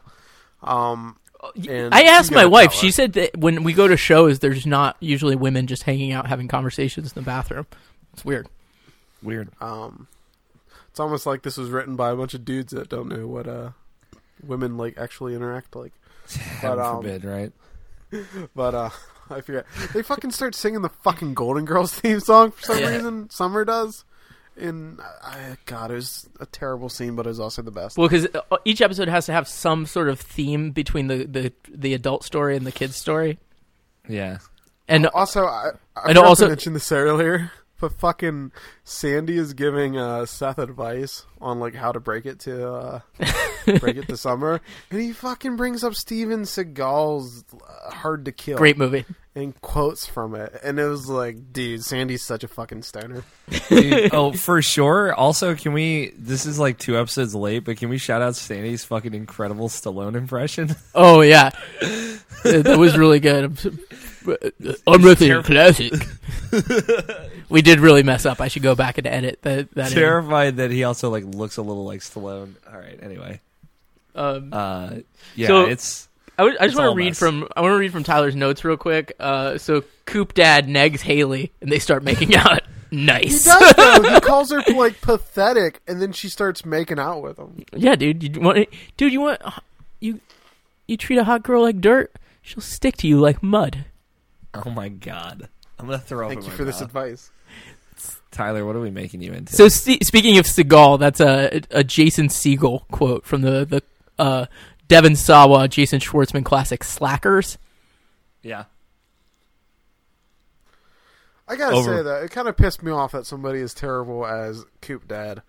[SPEAKER 7] Um, and
[SPEAKER 5] Oh, I asked
[SPEAKER 7] you
[SPEAKER 5] my
[SPEAKER 7] gotta
[SPEAKER 5] wife.
[SPEAKER 7] tell
[SPEAKER 5] She
[SPEAKER 7] her.
[SPEAKER 5] said that when we go to shows, there's not usually women just hanging out having conversations in the bathroom. It's weird.
[SPEAKER 6] weird.
[SPEAKER 7] um, "It's almost like this was written by a bunch of dudes that don't know what uh, women like actually interact like."
[SPEAKER 6] Heaven
[SPEAKER 7] um,
[SPEAKER 6] forbid, right?
[SPEAKER 7] But uh, I forget. They fucking start singing the fucking Golden Girls theme song for some
[SPEAKER 5] Yeah.
[SPEAKER 7] reason. Summer does. And I, God, it was a terrible scene, but it was also the best.
[SPEAKER 5] Well, because each episode has to have some sort of theme between the the, the adult story and the kids story,
[SPEAKER 6] Yeah.
[SPEAKER 5] and
[SPEAKER 7] also, I, I,
[SPEAKER 5] know,
[SPEAKER 7] forgot
[SPEAKER 5] also-
[SPEAKER 7] to mention this earlier, but fucking Sandy is giving uh, Seth advice on like how to break it to uh, break it to Summer, and he fucking brings up Steven Seagal's uh, "Hard to Kill"
[SPEAKER 5] great movie.
[SPEAKER 7] and quotes from it, and it was like, dude, Sandy's such a fucking stoner.
[SPEAKER 6] Dude, oh, for sure. Also, can we? This is like two episodes late, but can we shout out Sandy's fucking incredible Stallone impression?
[SPEAKER 5] Oh yeah, Uh, that was really good. I'm, so- uh, Unwritten classic. we did really mess up. I should go back and edit that. that in.
[SPEAKER 6] Terrified that he also like looks a little like Stallone. All right. Anyway.
[SPEAKER 5] Um,
[SPEAKER 6] Uh, yeah.
[SPEAKER 5] So-
[SPEAKER 6] it's
[SPEAKER 5] I, would- I just
[SPEAKER 6] It's
[SPEAKER 5] want
[SPEAKER 6] all
[SPEAKER 5] to read
[SPEAKER 6] mess.
[SPEAKER 5] from I want to read from Tyler's notes real quick. Uh, so Coop Dad negs Haley, and they start making out.
[SPEAKER 7] He
[SPEAKER 5] nice.
[SPEAKER 7] does though. he calls her like pathetic, and then she starts making out with him.
[SPEAKER 5] Yeah, dude. You want, dude, you want you you treat a hot girl like dirt, she'll stick to you like mud.
[SPEAKER 6] oh my god. I'm gonna throw up.
[SPEAKER 7] Thank
[SPEAKER 6] in
[SPEAKER 7] you
[SPEAKER 6] my
[SPEAKER 7] for this
[SPEAKER 6] mouth.
[SPEAKER 7] advice.
[SPEAKER 6] Tyler. What are we making you into?
[SPEAKER 5] So ste speaking of Seagal, that's a a Jason Seagal quote from the the uh, Devin Sawa Jason Schwartzman classic Slackers.
[SPEAKER 6] yeah.
[SPEAKER 7] I gotta
[SPEAKER 6] Over.
[SPEAKER 7] say that it kind of pissed me off that somebody as terrible as Coop Dad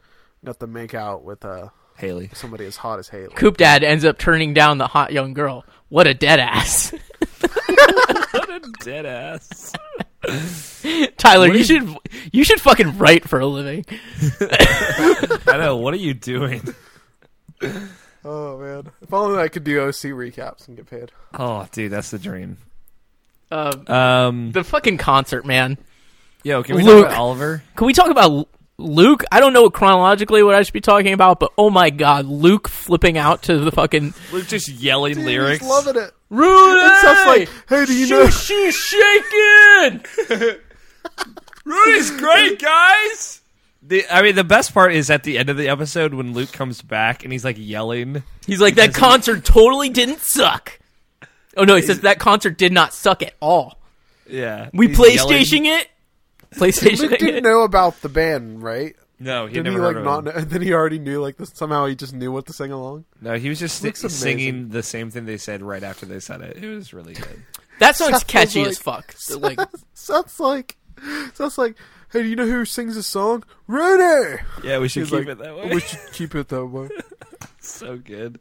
[SPEAKER 7] got to make out with uh,
[SPEAKER 6] Haley.
[SPEAKER 7] somebody as hot as Haley.
[SPEAKER 5] Coop Dad ends up turning down the hot young girl. What a dead ass,
[SPEAKER 6] Dead ass.
[SPEAKER 5] Tyler.
[SPEAKER 6] What
[SPEAKER 5] You
[SPEAKER 6] is-
[SPEAKER 5] should you should fucking write for a living.
[SPEAKER 6] I know. What are you doing?
[SPEAKER 7] Oh man! If only I could do OC recaps and get paid.
[SPEAKER 6] Oh, dude, that's the dream.
[SPEAKER 5] Um,
[SPEAKER 6] Um.
[SPEAKER 5] the fucking concert, man.
[SPEAKER 6] Yo, can we
[SPEAKER 5] Luke.
[SPEAKER 6] talk about Oliver?
[SPEAKER 5] Can we talk about L- Luke? I don't know chronologically what I should be talking about, but oh my god, Luke flipping out to the fucking
[SPEAKER 6] Luke just yelling
[SPEAKER 7] Dude,
[SPEAKER 6] lyrics.
[SPEAKER 7] he's loving it.
[SPEAKER 5] Rudy.
[SPEAKER 7] It sounds like, hey, do you know?
[SPEAKER 5] she's shaking.
[SPEAKER 6] Rudy's great, guys. The, I mean, the best part is at the end of the episode when Luke comes back and he's like yelling.
[SPEAKER 5] He's like that concert totally didn't suck. Oh no, he says that concert did not suck at all.
[SPEAKER 6] Yeah.
[SPEAKER 5] We
[SPEAKER 6] He's
[SPEAKER 5] PlayStation it. PlayStation
[SPEAKER 7] Luke didn't
[SPEAKER 5] it.
[SPEAKER 7] know about the band, right?
[SPEAKER 6] No, he
[SPEAKER 7] Didn't
[SPEAKER 6] never
[SPEAKER 7] he like
[SPEAKER 6] heard
[SPEAKER 7] not?
[SPEAKER 6] of
[SPEAKER 7] Know,
[SPEAKER 6] him.
[SPEAKER 7] and then he already knew like this, somehow he just knew what to sing along.
[SPEAKER 6] No, he was just
[SPEAKER 7] Looks
[SPEAKER 6] si-
[SPEAKER 7] amazing.
[SPEAKER 6] singing the same thing they said right after they said it. It was really good.
[SPEAKER 5] That song's
[SPEAKER 7] Sounds
[SPEAKER 5] catchy
[SPEAKER 7] like-
[SPEAKER 5] as fuck. So, Like
[SPEAKER 7] Sounds like sounds like. Hey, do you know who sings this song? Rooney.
[SPEAKER 6] yeah, we should
[SPEAKER 7] He's
[SPEAKER 6] keep
[SPEAKER 7] like,
[SPEAKER 6] it that way.
[SPEAKER 7] We should keep it that way.
[SPEAKER 6] so good.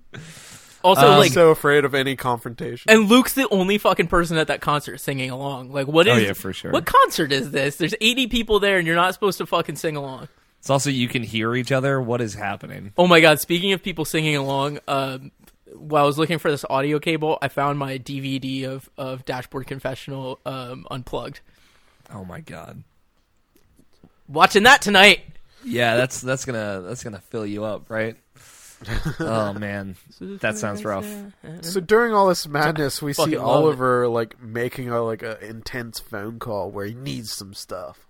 [SPEAKER 5] also
[SPEAKER 6] Um,
[SPEAKER 7] I'm
[SPEAKER 5] like
[SPEAKER 7] so afraid of any confrontation.
[SPEAKER 5] and Luke's the only fucking person at that concert singing along. Like what
[SPEAKER 6] Oh,
[SPEAKER 5] is
[SPEAKER 6] yeah, for sure.
[SPEAKER 5] What concert is this? There's 80 people there and you're not supposed to fucking sing along.
[SPEAKER 6] It's also you can hear each other. What is happening?
[SPEAKER 5] Oh my god! Speaking of people singing along, um, while I was looking for this audio cable, I found my DVD of of Dashboard Confessional um, unplugged.
[SPEAKER 6] Oh my god.
[SPEAKER 5] Watching that tonight.
[SPEAKER 6] Yeah, that's that's gonna that's gonna fill you up, right? oh man, that sounds rough.
[SPEAKER 7] So during all this madness, we
[SPEAKER 5] Fucking
[SPEAKER 7] see
[SPEAKER 5] love
[SPEAKER 7] Oliver like making a like a intense phone call where he needs some stuff.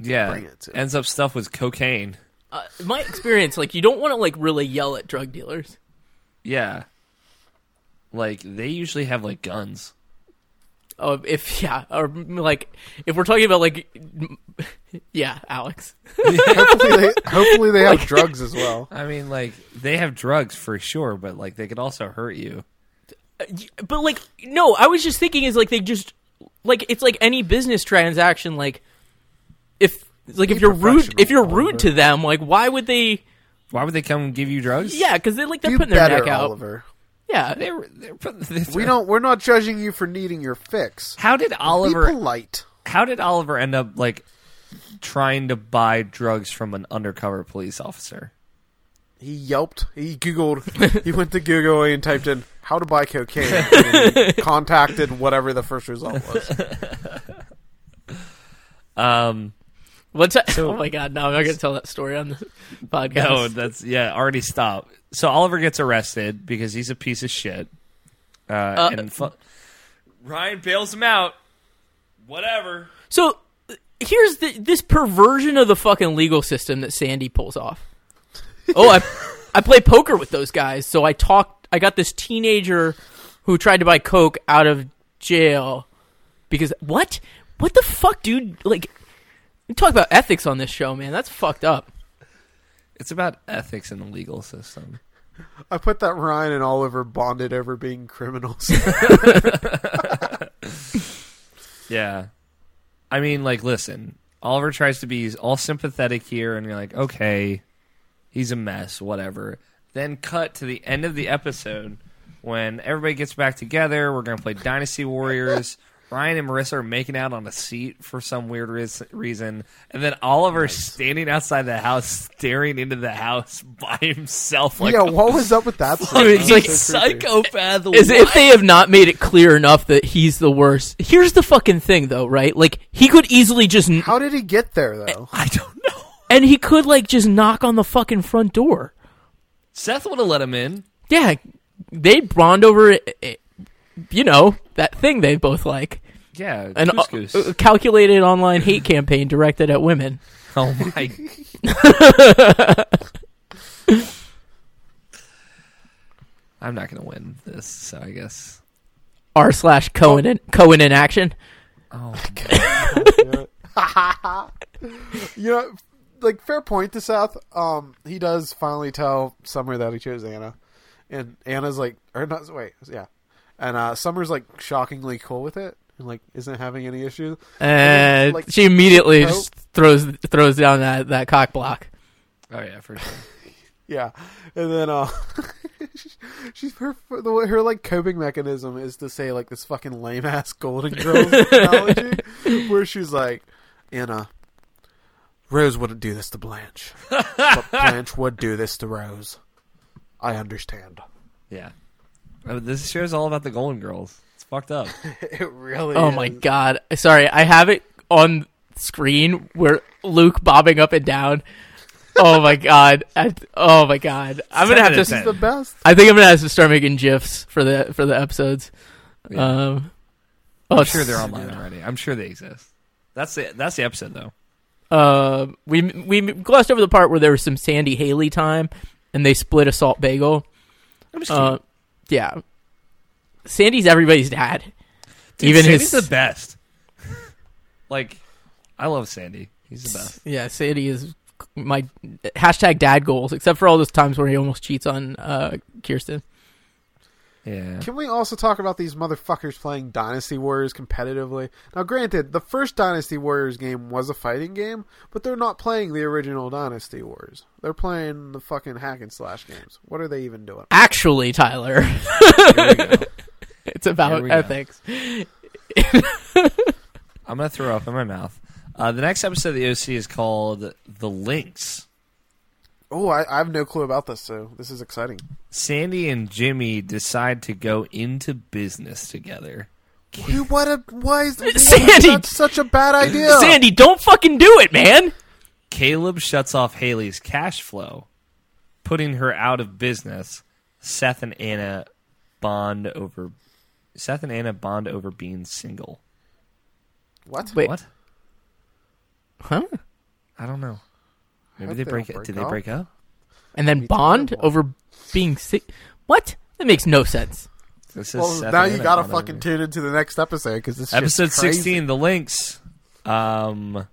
[SPEAKER 6] Yeah,
[SPEAKER 7] Bring it to-
[SPEAKER 6] ends up stuff with cocaine.
[SPEAKER 5] Uh, my experience, like you don't want to like really yell at drug dealers.
[SPEAKER 6] Yeah, like they usually have like guns.
[SPEAKER 5] Uh, if yeah, or like if we're talking about like, m- yeah, Alex.
[SPEAKER 7] Hopefully, they, hopefully they have drugs as well.
[SPEAKER 6] I mean, like they have drugs for sure, but like they could also hurt you.
[SPEAKER 5] But like, no, I was just thinking is like they just like it's like any business transaction. Like if like if you're rude if you're rude to them, like why would they?
[SPEAKER 6] Why would they come and give you drugs?
[SPEAKER 5] Yeah, because they like they're
[SPEAKER 7] Do
[SPEAKER 5] putting their
[SPEAKER 7] better,
[SPEAKER 5] neck out.
[SPEAKER 7] Oliver.
[SPEAKER 5] Yeah,
[SPEAKER 6] they're, they're, they
[SPEAKER 7] We don't. We're not judging you for needing your fix.
[SPEAKER 6] How did Oliver?
[SPEAKER 7] Be polite.
[SPEAKER 6] how did Oliver end up like trying to buy drugs from an undercover police officer?
[SPEAKER 7] He yelped. He googled. he went to Google and typed in "how to buy cocaine." and he contacted whatever the first result was.
[SPEAKER 6] Um,
[SPEAKER 5] what's oh my god! No, I'm not gonna tell that story on the podcast.
[SPEAKER 6] no, Oh, that's yeah. Already stop. So Oliver gets arrested because he's a piece of shit. Uh, and fu- Ryan bails him out. Whatever.
[SPEAKER 5] So here's the, this perversion of the fucking legal system that Sandy pulls off. Oh, I I play poker with those guys, so I talked. I got this teenager who tried to buy coke out of jail because what? What the fuck, dude? Like, we talk about ethics on this show, man. That's fucked up.
[SPEAKER 6] It's about ethics in the legal system.
[SPEAKER 7] I put that Ryan and Oliver bonded over being criminals.
[SPEAKER 6] Yeah. I mean, like, listen, Oliver tries to be all sympathetic here, and you're like, okay, he's a mess, whatever. Then cut to the end of the episode when everybody gets back together. We're going to play Dynasty Warriors. Ryan and Marissa are making out on a seat for some weird reas- reason. And then Oliver's standing outside the house, staring into the house by himself. Like,
[SPEAKER 7] yeah,
[SPEAKER 6] a
[SPEAKER 7] what was up with that? scene?
[SPEAKER 5] Dude, it's
[SPEAKER 7] That
[SPEAKER 5] like
[SPEAKER 7] was so creepy.
[SPEAKER 6] psychopath.
[SPEAKER 5] Is if they have not made it clear enough that he's the worst. Here's the fucking thing, though, right? Like he could easily just n-
[SPEAKER 7] How did he get there though?
[SPEAKER 6] I don't know.
[SPEAKER 5] and he could like just knock on the fucking front door.
[SPEAKER 6] Seth would have let him in.
[SPEAKER 5] yeah, they bond over, eh, you know, that thing they both like.
[SPEAKER 6] Yeah.
[SPEAKER 5] An
[SPEAKER 6] goose goose.
[SPEAKER 5] uh, calculated online hate campaign directed at women.
[SPEAKER 6] Oh my! I'm not gonna win this, so I guess.
[SPEAKER 5] R slash Cohen in, Cohen in action.
[SPEAKER 6] Oh,
[SPEAKER 7] You know, like fair point to Seth. Um, he does finally tell Summer that he chose Anna, and Anna's like, or not? Wait, yeah. And uh, Summer's like shockingly cool with it, and like isn't having any issues.
[SPEAKER 5] And
[SPEAKER 7] Like-
[SPEAKER 5] Uh, she immediately
[SPEAKER 7] Nope.
[SPEAKER 5] just throws throws down that, that cock block.
[SPEAKER 6] oh yeah, for sure.
[SPEAKER 7] Yeah, and then uh, she's her the way- her like coping mechanism is to say like this fucking lame ass Golden Girls analogy, where she's like, Anna, Rose wouldn't do this to Blanche, but Blanche would do this to Rose. I understand.
[SPEAKER 6] Yeah, Uh, this show's all about the Golden Girls. It's fucked up.
[SPEAKER 7] It really.
[SPEAKER 5] Oh my god! Sorry, I have it on screen where Luke bobbing up and down. Oh my god! I, oh my god! I'm gonna have
[SPEAKER 6] Ten
[SPEAKER 5] to.
[SPEAKER 6] out of ten.
[SPEAKER 7] the best.
[SPEAKER 5] I think I'm gonna have to start making gifs for the for the episodes.
[SPEAKER 6] Yeah.
[SPEAKER 5] Um, oh,
[SPEAKER 6] I'm sure they're online already. I'm sure they exist. That's the that's the episode though.
[SPEAKER 5] Uh, we we glossed over the part where there was some Sandy Haley time, and they split a salt bagel. Uh, yeah, Sandy's everybody's dad.
[SPEAKER 6] Dude,
[SPEAKER 5] even
[SPEAKER 6] Sandy's
[SPEAKER 5] his
[SPEAKER 6] the best. Like, I love Sandy. He's the best.
[SPEAKER 5] Yeah, Sandy is my hashtag dad goals, except for all those times where he almost cheats on uh, Kirsten.
[SPEAKER 6] Yeah.
[SPEAKER 7] Can we also talk about these motherfuckers playing Dynasty Warriors competitively? Now, granted, the first Dynasty Warriors game was a fighting game, but they're not playing the original Dynasty Wars. They're playing the fucking hack and slash games. What are they even doing?
[SPEAKER 5] Actually, Tyler, it's
[SPEAKER 6] Here
[SPEAKER 5] about
[SPEAKER 6] we go.
[SPEAKER 5] ethics.
[SPEAKER 6] I'm gonna throw up in my mouth. Uh, the next episode of the OC is called "The Links."
[SPEAKER 7] Oh, I, I have no clue about this, so this is exciting.
[SPEAKER 6] Sandy and Jimmy decide to go into business together.
[SPEAKER 7] Dude, what a why is
[SPEAKER 5] Sandy!
[SPEAKER 7] That's such a bad idea.
[SPEAKER 5] Sandy, don't fucking do it, man.
[SPEAKER 6] Caleb shuts off Haley's cash flow, putting her out of business. Seth and Anna bond over. Seth and Anna bond over being single.
[SPEAKER 7] What?
[SPEAKER 5] Wait,
[SPEAKER 6] What?
[SPEAKER 5] huh?
[SPEAKER 6] I don't know. Maybe
[SPEAKER 7] hope
[SPEAKER 6] they
[SPEAKER 7] they
[SPEAKER 6] break. up.
[SPEAKER 7] don't break
[SPEAKER 6] Did they
[SPEAKER 7] up.
[SPEAKER 6] break up?
[SPEAKER 5] And then bond over being sick. What? That makes no sense.
[SPEAKER 6] This is
[SPEAKER 7] Well,
[SPEAKER 6] Seth
[SPEAKER 7] now
[SPEAKER 6] and
[SPEAKER 7] you
[SPEAKER 6] Anna
[SPEAKER 7] gotta
[SPEAKER 6] bond over
[SPEAKER 7] fucking tune into the next episode because this shit's
[SPEAKER 6] episode
[SPEAKER 7] crazy.
[SPEAKER 6] 16 the links um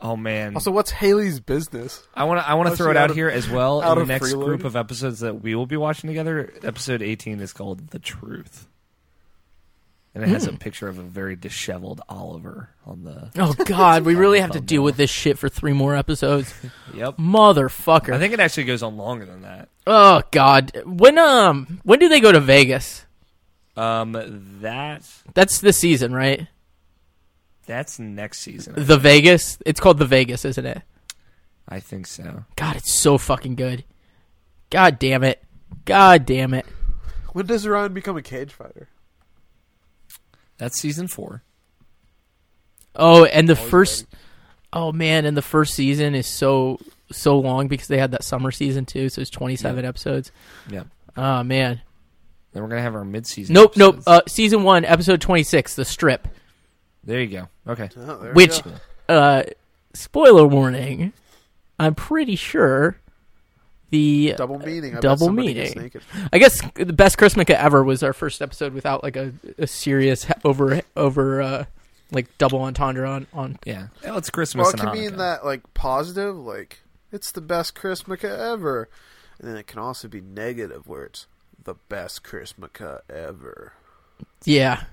[SPEAKER 6] oh man
[SPEAKER 7] Also, what's Haley's business?
[SPEAKER 6] i want to i want to
[SPEAKER 7] Oh,
[SPEAKER 6] throw it
[SPEAKER 7] she
[SPEAKER 6] out
[SPEAKER 7] out of-
[SPEAKER 6] here as well
[SPEAKER 7] out
[SPEAKER 6] in the
[SPEAKER 7] of
[SPEAKER 6] next
[SPEAKER 7] Freeload?
[SPEAKER 6] group of episodes that we will be watching together episode 18 is called the truth and it has
[SPEAKER 7] Hmm.
[SPEAKER 6] a picture of a very disheveled oliver on the
[SPEAKER 5] Oh God, we really have to deal with this shit for three more episodes,
[SPEAKER 6] yep
[SPEAKER 5] motherfucker.
[SPEAKER 6] i think it actually goes on longer than that
[SPEAKER 5] oh God, when um, when do they go to Vegas?
[SPEAKER 6] um that
[SPEAKER 5] That's this season, right?
[SPEAKER 6] that's next season
[SPEAKER 5] The Vegas. It's called the Vegas, isn't it?
[SPEAKER 6] i think so
[SPEAKER 5] God, it's so fucking good. God damn it. God damn it.
[SPEAKER 7] When does Ryan become a cage fighter?
[SPEAKER 6] that's season four
[SPEAKER 5] Oh, and the first. Oh man, and the first season is so so long because they had that summer season too, so it's twenty seven episodes.
[SPEAKER 6] yep
[SPEAKER 5] Oh man.
[SPEAKER 6] then we're gonna have our mid-season
[SPEAKER 5] Nope, nope.
[SPEAKER 6] episodes.
[SPEAKER 5] Uh, season one, episode twenty six, the strip.
[SPEAKER 6] there you go okay
[SPEAKER 7] Oh, there we
[SPEAKER 5] Which,
[SPEAKER 7] go.
[SPEAKER 5] uh, spoiler warning, I'm pretty sure the
[SPEAKER 7] double meaning. I bet
[SPEAKER 5] double
[SPEAKER 7] somebody gets
[SPEAKER 5] meaning.
[SPEAKER 7] naked.
[SPEAKER 5] I guess the best Chrismica ever was our first episode without like a, a serious he- over over uh, like double entendre on on.
[SPEAKER 6] Yeah. Well, it's Christmas.
[SPEAKER 7] Well, it
[SPEAKER 6] and
[SPEAKER 7] can mean
[SPEAKER 6] Hanukkah.
[SPEAKER 7] that like positive, like it's the best Chrismica ever, and then it can also be negative, where it's the best Chrismica ever.
[SPEAKER 5] Yeah,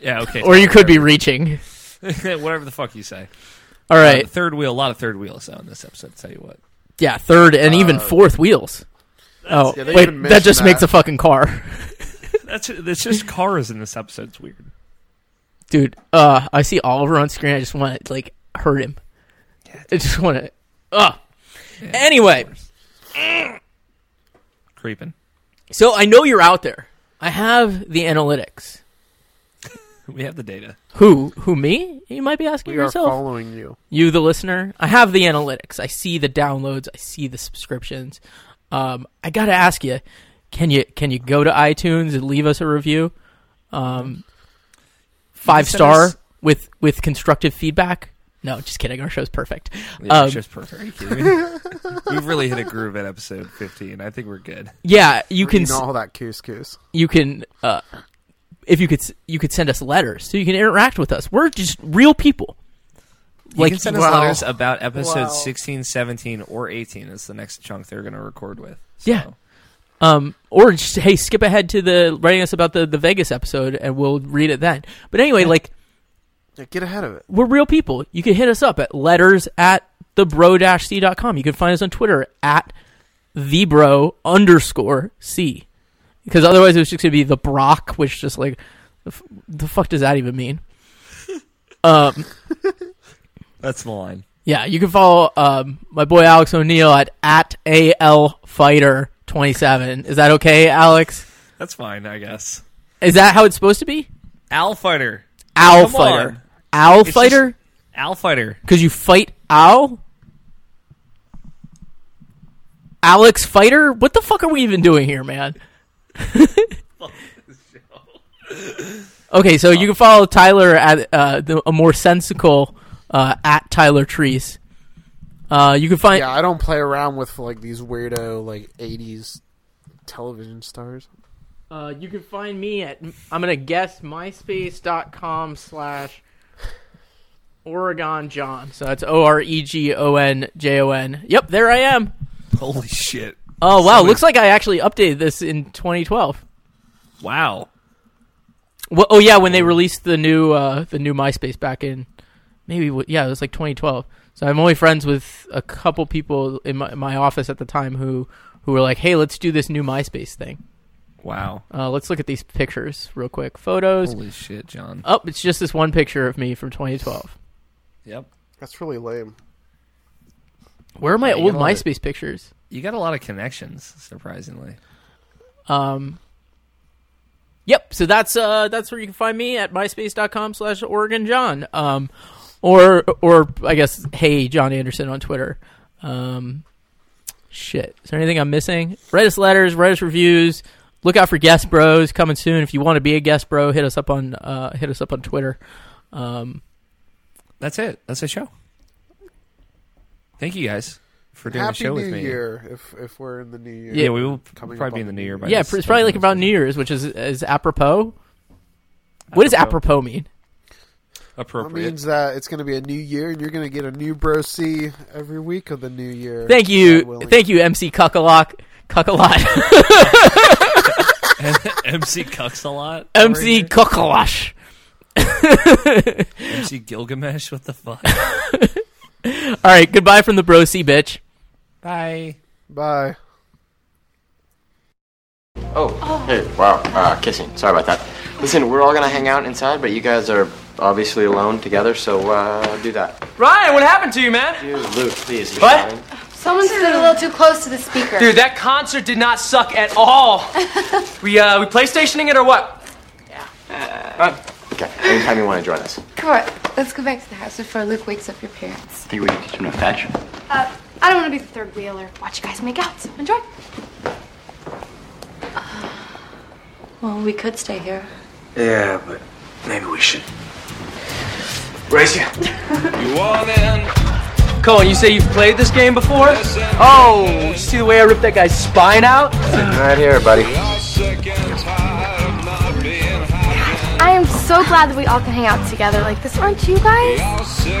[SPEAKER 6] Yeah. Okay.
[SPEAKER 5] or you could be reaching.
[SPEAKER 6] whatever the fuck you say.
[SPEAKER 5] All
[SPEAKER 6] Uh,
[SPEAKER 7] Um,
[SPEAKER 5] right,
[SPEAKER 6] third wheel. A lot of third wheels though, in this episode. Tell you what.
[SPEAKER 5] yeah, third and even fourth wheels. Oh
[SPEAKER 7] uh, yeah, they
[SPEAKER 5] wait,
[SPEAKER 7] even
[SPEAKER 5] that just
[SPEAKER 7] mentioned
[SPEAKER 5] makes
[SPEAKER 7] that.
[SPEAKER 5] a fucking car,
[SPEAKER 6] That's it's just cars in this episode. It's weird.
[SPEAKER 5] dude. Uh, I see Oliver on screen. I just want to like hurt him. I just want to. Uh. anyway,
[SPEAKER 6] Creeping.
[SPEAKER 5] so I know you're out there. I have the analytics.
[SPEAKER 6] We have the data.
[SPEAKER 5] Who? Who? Me? You might be asking
[SPEAKER 7] We
[SPEAKER 5] yourself.
[SPEAKER 7] are following you.
[SPEAKER 5] you the listener i have the analytics i see the downloads i see the subscriptions um, i gotta ask you can you can you go to itunes and leave us a review um, five
[SPEAKER 6] send
[SPEAKER 5] star
[SPEAKER 6] us-
[SPEAKER 5] with with constructive feedback no just kidding our show's perfect
[SPEAKER 6] Yeah,
[SPEAKER 5] um,
[SPEAKER 6] just perfect. Are you kidding me? We've really hit a groove at episode 15. I think we're good.
[SPEAKER 5] yeah you can
[SPEAKER 7] You
[SPEAKER 5] s-
[SPEAKER 7] know all that couscous.
[SPEAKER 5] you can uh, if you could s- you could send us letters so you can interact with us we're just real people
[SPEAKER 6] you can send us
[SPEAKER 7] wow.
[SPEAKER 6] letters about episodes
[SPEAKER 7] Wow.
[SPEAKER 6] 16, 17, or 18. It's the next chunk they're going to record with.
[SPEAKER 5] Yeah. Um, or just, hey, skip ahead to the writing us about the, the Vegas episode and we'll read it then. But anyway, like,
[SPEAKER 7] Yeah, get ahead of it.
[SPEAKER 5] we're real people. You can hit us up at letters at thebro-c.com. You can find us on Twitter at thebro underscore c. Because otherwise it was just going to be the Brock, which just like, the, f- the fuck does that even mean? um,
[SPEAKER 6] That's the line.
[SPEAKER 5] yeah, you can follow um, my boy Alex O'Neill at, at ALFighter27. Is that okay, Alex?
[SPEAKER 6] That's fine, I guess.
[SPEAKER 5] Is that how it's supposed to be?
[SPEAKER 6] Owl Fighter.
[SPEAKER 5] Owl
[SPEAKER 6] Come
[SPEAKER 5] fighter.
[SPEAKER 6] on.
[SPEAKER 5] Owl
[SPEAKER 6] It's
[SPEAKER 5] fighter?
[SPEAKER 6] Owl Fighter.
[SPEAKER 5] Because you fight owl? Alex fighter? What the fuck are we even doing here, man? okay, so you can follow Tyler at uh, the, a more sensical uh, at Tyler Trees. Uh, you can find
[SPEAKER 7] Yeah, I don't play around with like these weirdo like '80s television stars.
[SPEAKER 5] uh, you can find me at I'm gonna guess myspace.com slash Oregon John. So that's O R E G O N J O N. Yep, there I am.
[SPEAKER 6] Holy shit!
[SPEAKER 5] Oh wow, looks like I actually updated this in 2012.
[SPEAKER 6] Wow.
[SPEAKER 5] Well, oh yeah, when they released the new uh, the new MySpace back in maybe w- yeah, it was like 2012. So I'm only friends with a couple people in my, my office at the time who who were like, "Hey, let's do this new MySpace thing.
[SPEAKER 6] Wow.
[SPEAKER 5] Uh, let's look at these pictures real quick. Photos.
[SPEAKER 6] Holy shit, John.
[SPEAKER 5] Oh, it's just this one picture of me from 2012.
[SPEAKER 6] Yep.
[SPEAKER 7] That's really lame.
[SPEAKER 5] Where are my
[SPEAKER 6] you
[SPEAKER 5] old
[SPEAKER 6] know what?
[SPEAKER 5] MySpace pictures?
[SPEAKER 6] You got a lot of connections, surprisingly.
[SPEAKER 5] Um, yep. So that's uh, that's where you can find me at myspace.com slash Oregon John. Um, or or I guess hey John Anderson on Twitter. Um, shit. Is there anything I'm missing? Write us letters. Write us reviews. Look out for guest bros coming soon. If you want to be a guest bro, hit us up on uh, hit us up on Twitter. Um,
[SPEAKER 6] That's it. That's the show. Thank you guys for doing the
[SPEAKER 7] Happy
[SPEAKER 6] show
[SPEAKER 7] New
[SPEAKER 6] with me.
[SPEAKER 7] Year, if if we're in the new year.
[SPEAKER 6] Yeah, we will
[SPEAKER 7] Coming up
[SPEAKER 6] probably be
[SPEAKER 7] on
[SPEAKER 6] in the new year by
[SPEAKER 5] yeah,
[SPEAKER 6] this-
[SPEAKER 5] pr- it's probably like
[SPEAKER 6] by this-
[SPEAKER 5] about New Year's, which is is apropos. What does apropos mean?
[SPEAKER 7] That
[SPEAKER 6] appropriate.
[SPEAKER 7] means that it's going to be a new year, and you're going to get a new bro C every week of the new year.
[SPEAKER 5] Thank
[SPEAKER 7] God
[SPEAKER 5] you,
[SPEAKER 7] willing.
[SPEAKER 5] thank you, MC Cuckalock, Cuckalot,
[SPEAKER 6] MC cucks a lot.
[SPEAKER 5] MC Cuckalosh.
[SPEAKER 6] MC Gilgamesh. What the fuck?
[SPEAKER 5] All right, goodbye from the brosy bitch.
[SPEAKER 6] Bye.
[SPEAKER 7] Bye.
[SPEAKER 1] Oh, hey, wow, uh, kissing. Sorry about that. Listen, we're all gonna hang out inside, but you guys are obviously alone together, so uh, do that.
[SPEAKER 3] Ryan, what happened to you, man?
[SPEAKER 1] Dude, Luke, please. you
[SPEAKER 3] What?
[SPEAKER 1] fine?
[SPEAKER 9] Someone stood a little too close to the speaker.
[SPEAKER 3] Dude, that concert did not suck at all. we uh, we PlayStationing it or what?
[SPEAKER 1] Okay, anytime you want to join us.
[SPEAKER 10] Come on, let's go back to the house before Luke wakes up your parents.
[SPEAKER 1] Think we can teach him to fetch.
[SPEAKER 9] Uh, I don't want to be the third wheeler. Watch you guys make out. So enjoy.
[SPEAKER 2] Well, we could stay here.
[SPEAKER 8] Yeah, but maybe we should race you.
[SPEAKER 3] Cohen, you say you've played this game before? Oh, you see the way I ripped that guy's spine out?
[SPEAKER 1] Right here, buddy.
[SPEAKER 9] I am so glad that we all can hang out together like this, aren't you guys?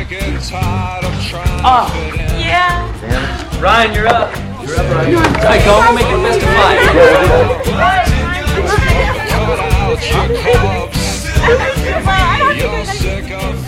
[SPEAKER 3] Ryan, you're up. You're up, Ryan. All right, Cohen, we'll make the best of mine.
[SPEAKER 9] I don't think there's anything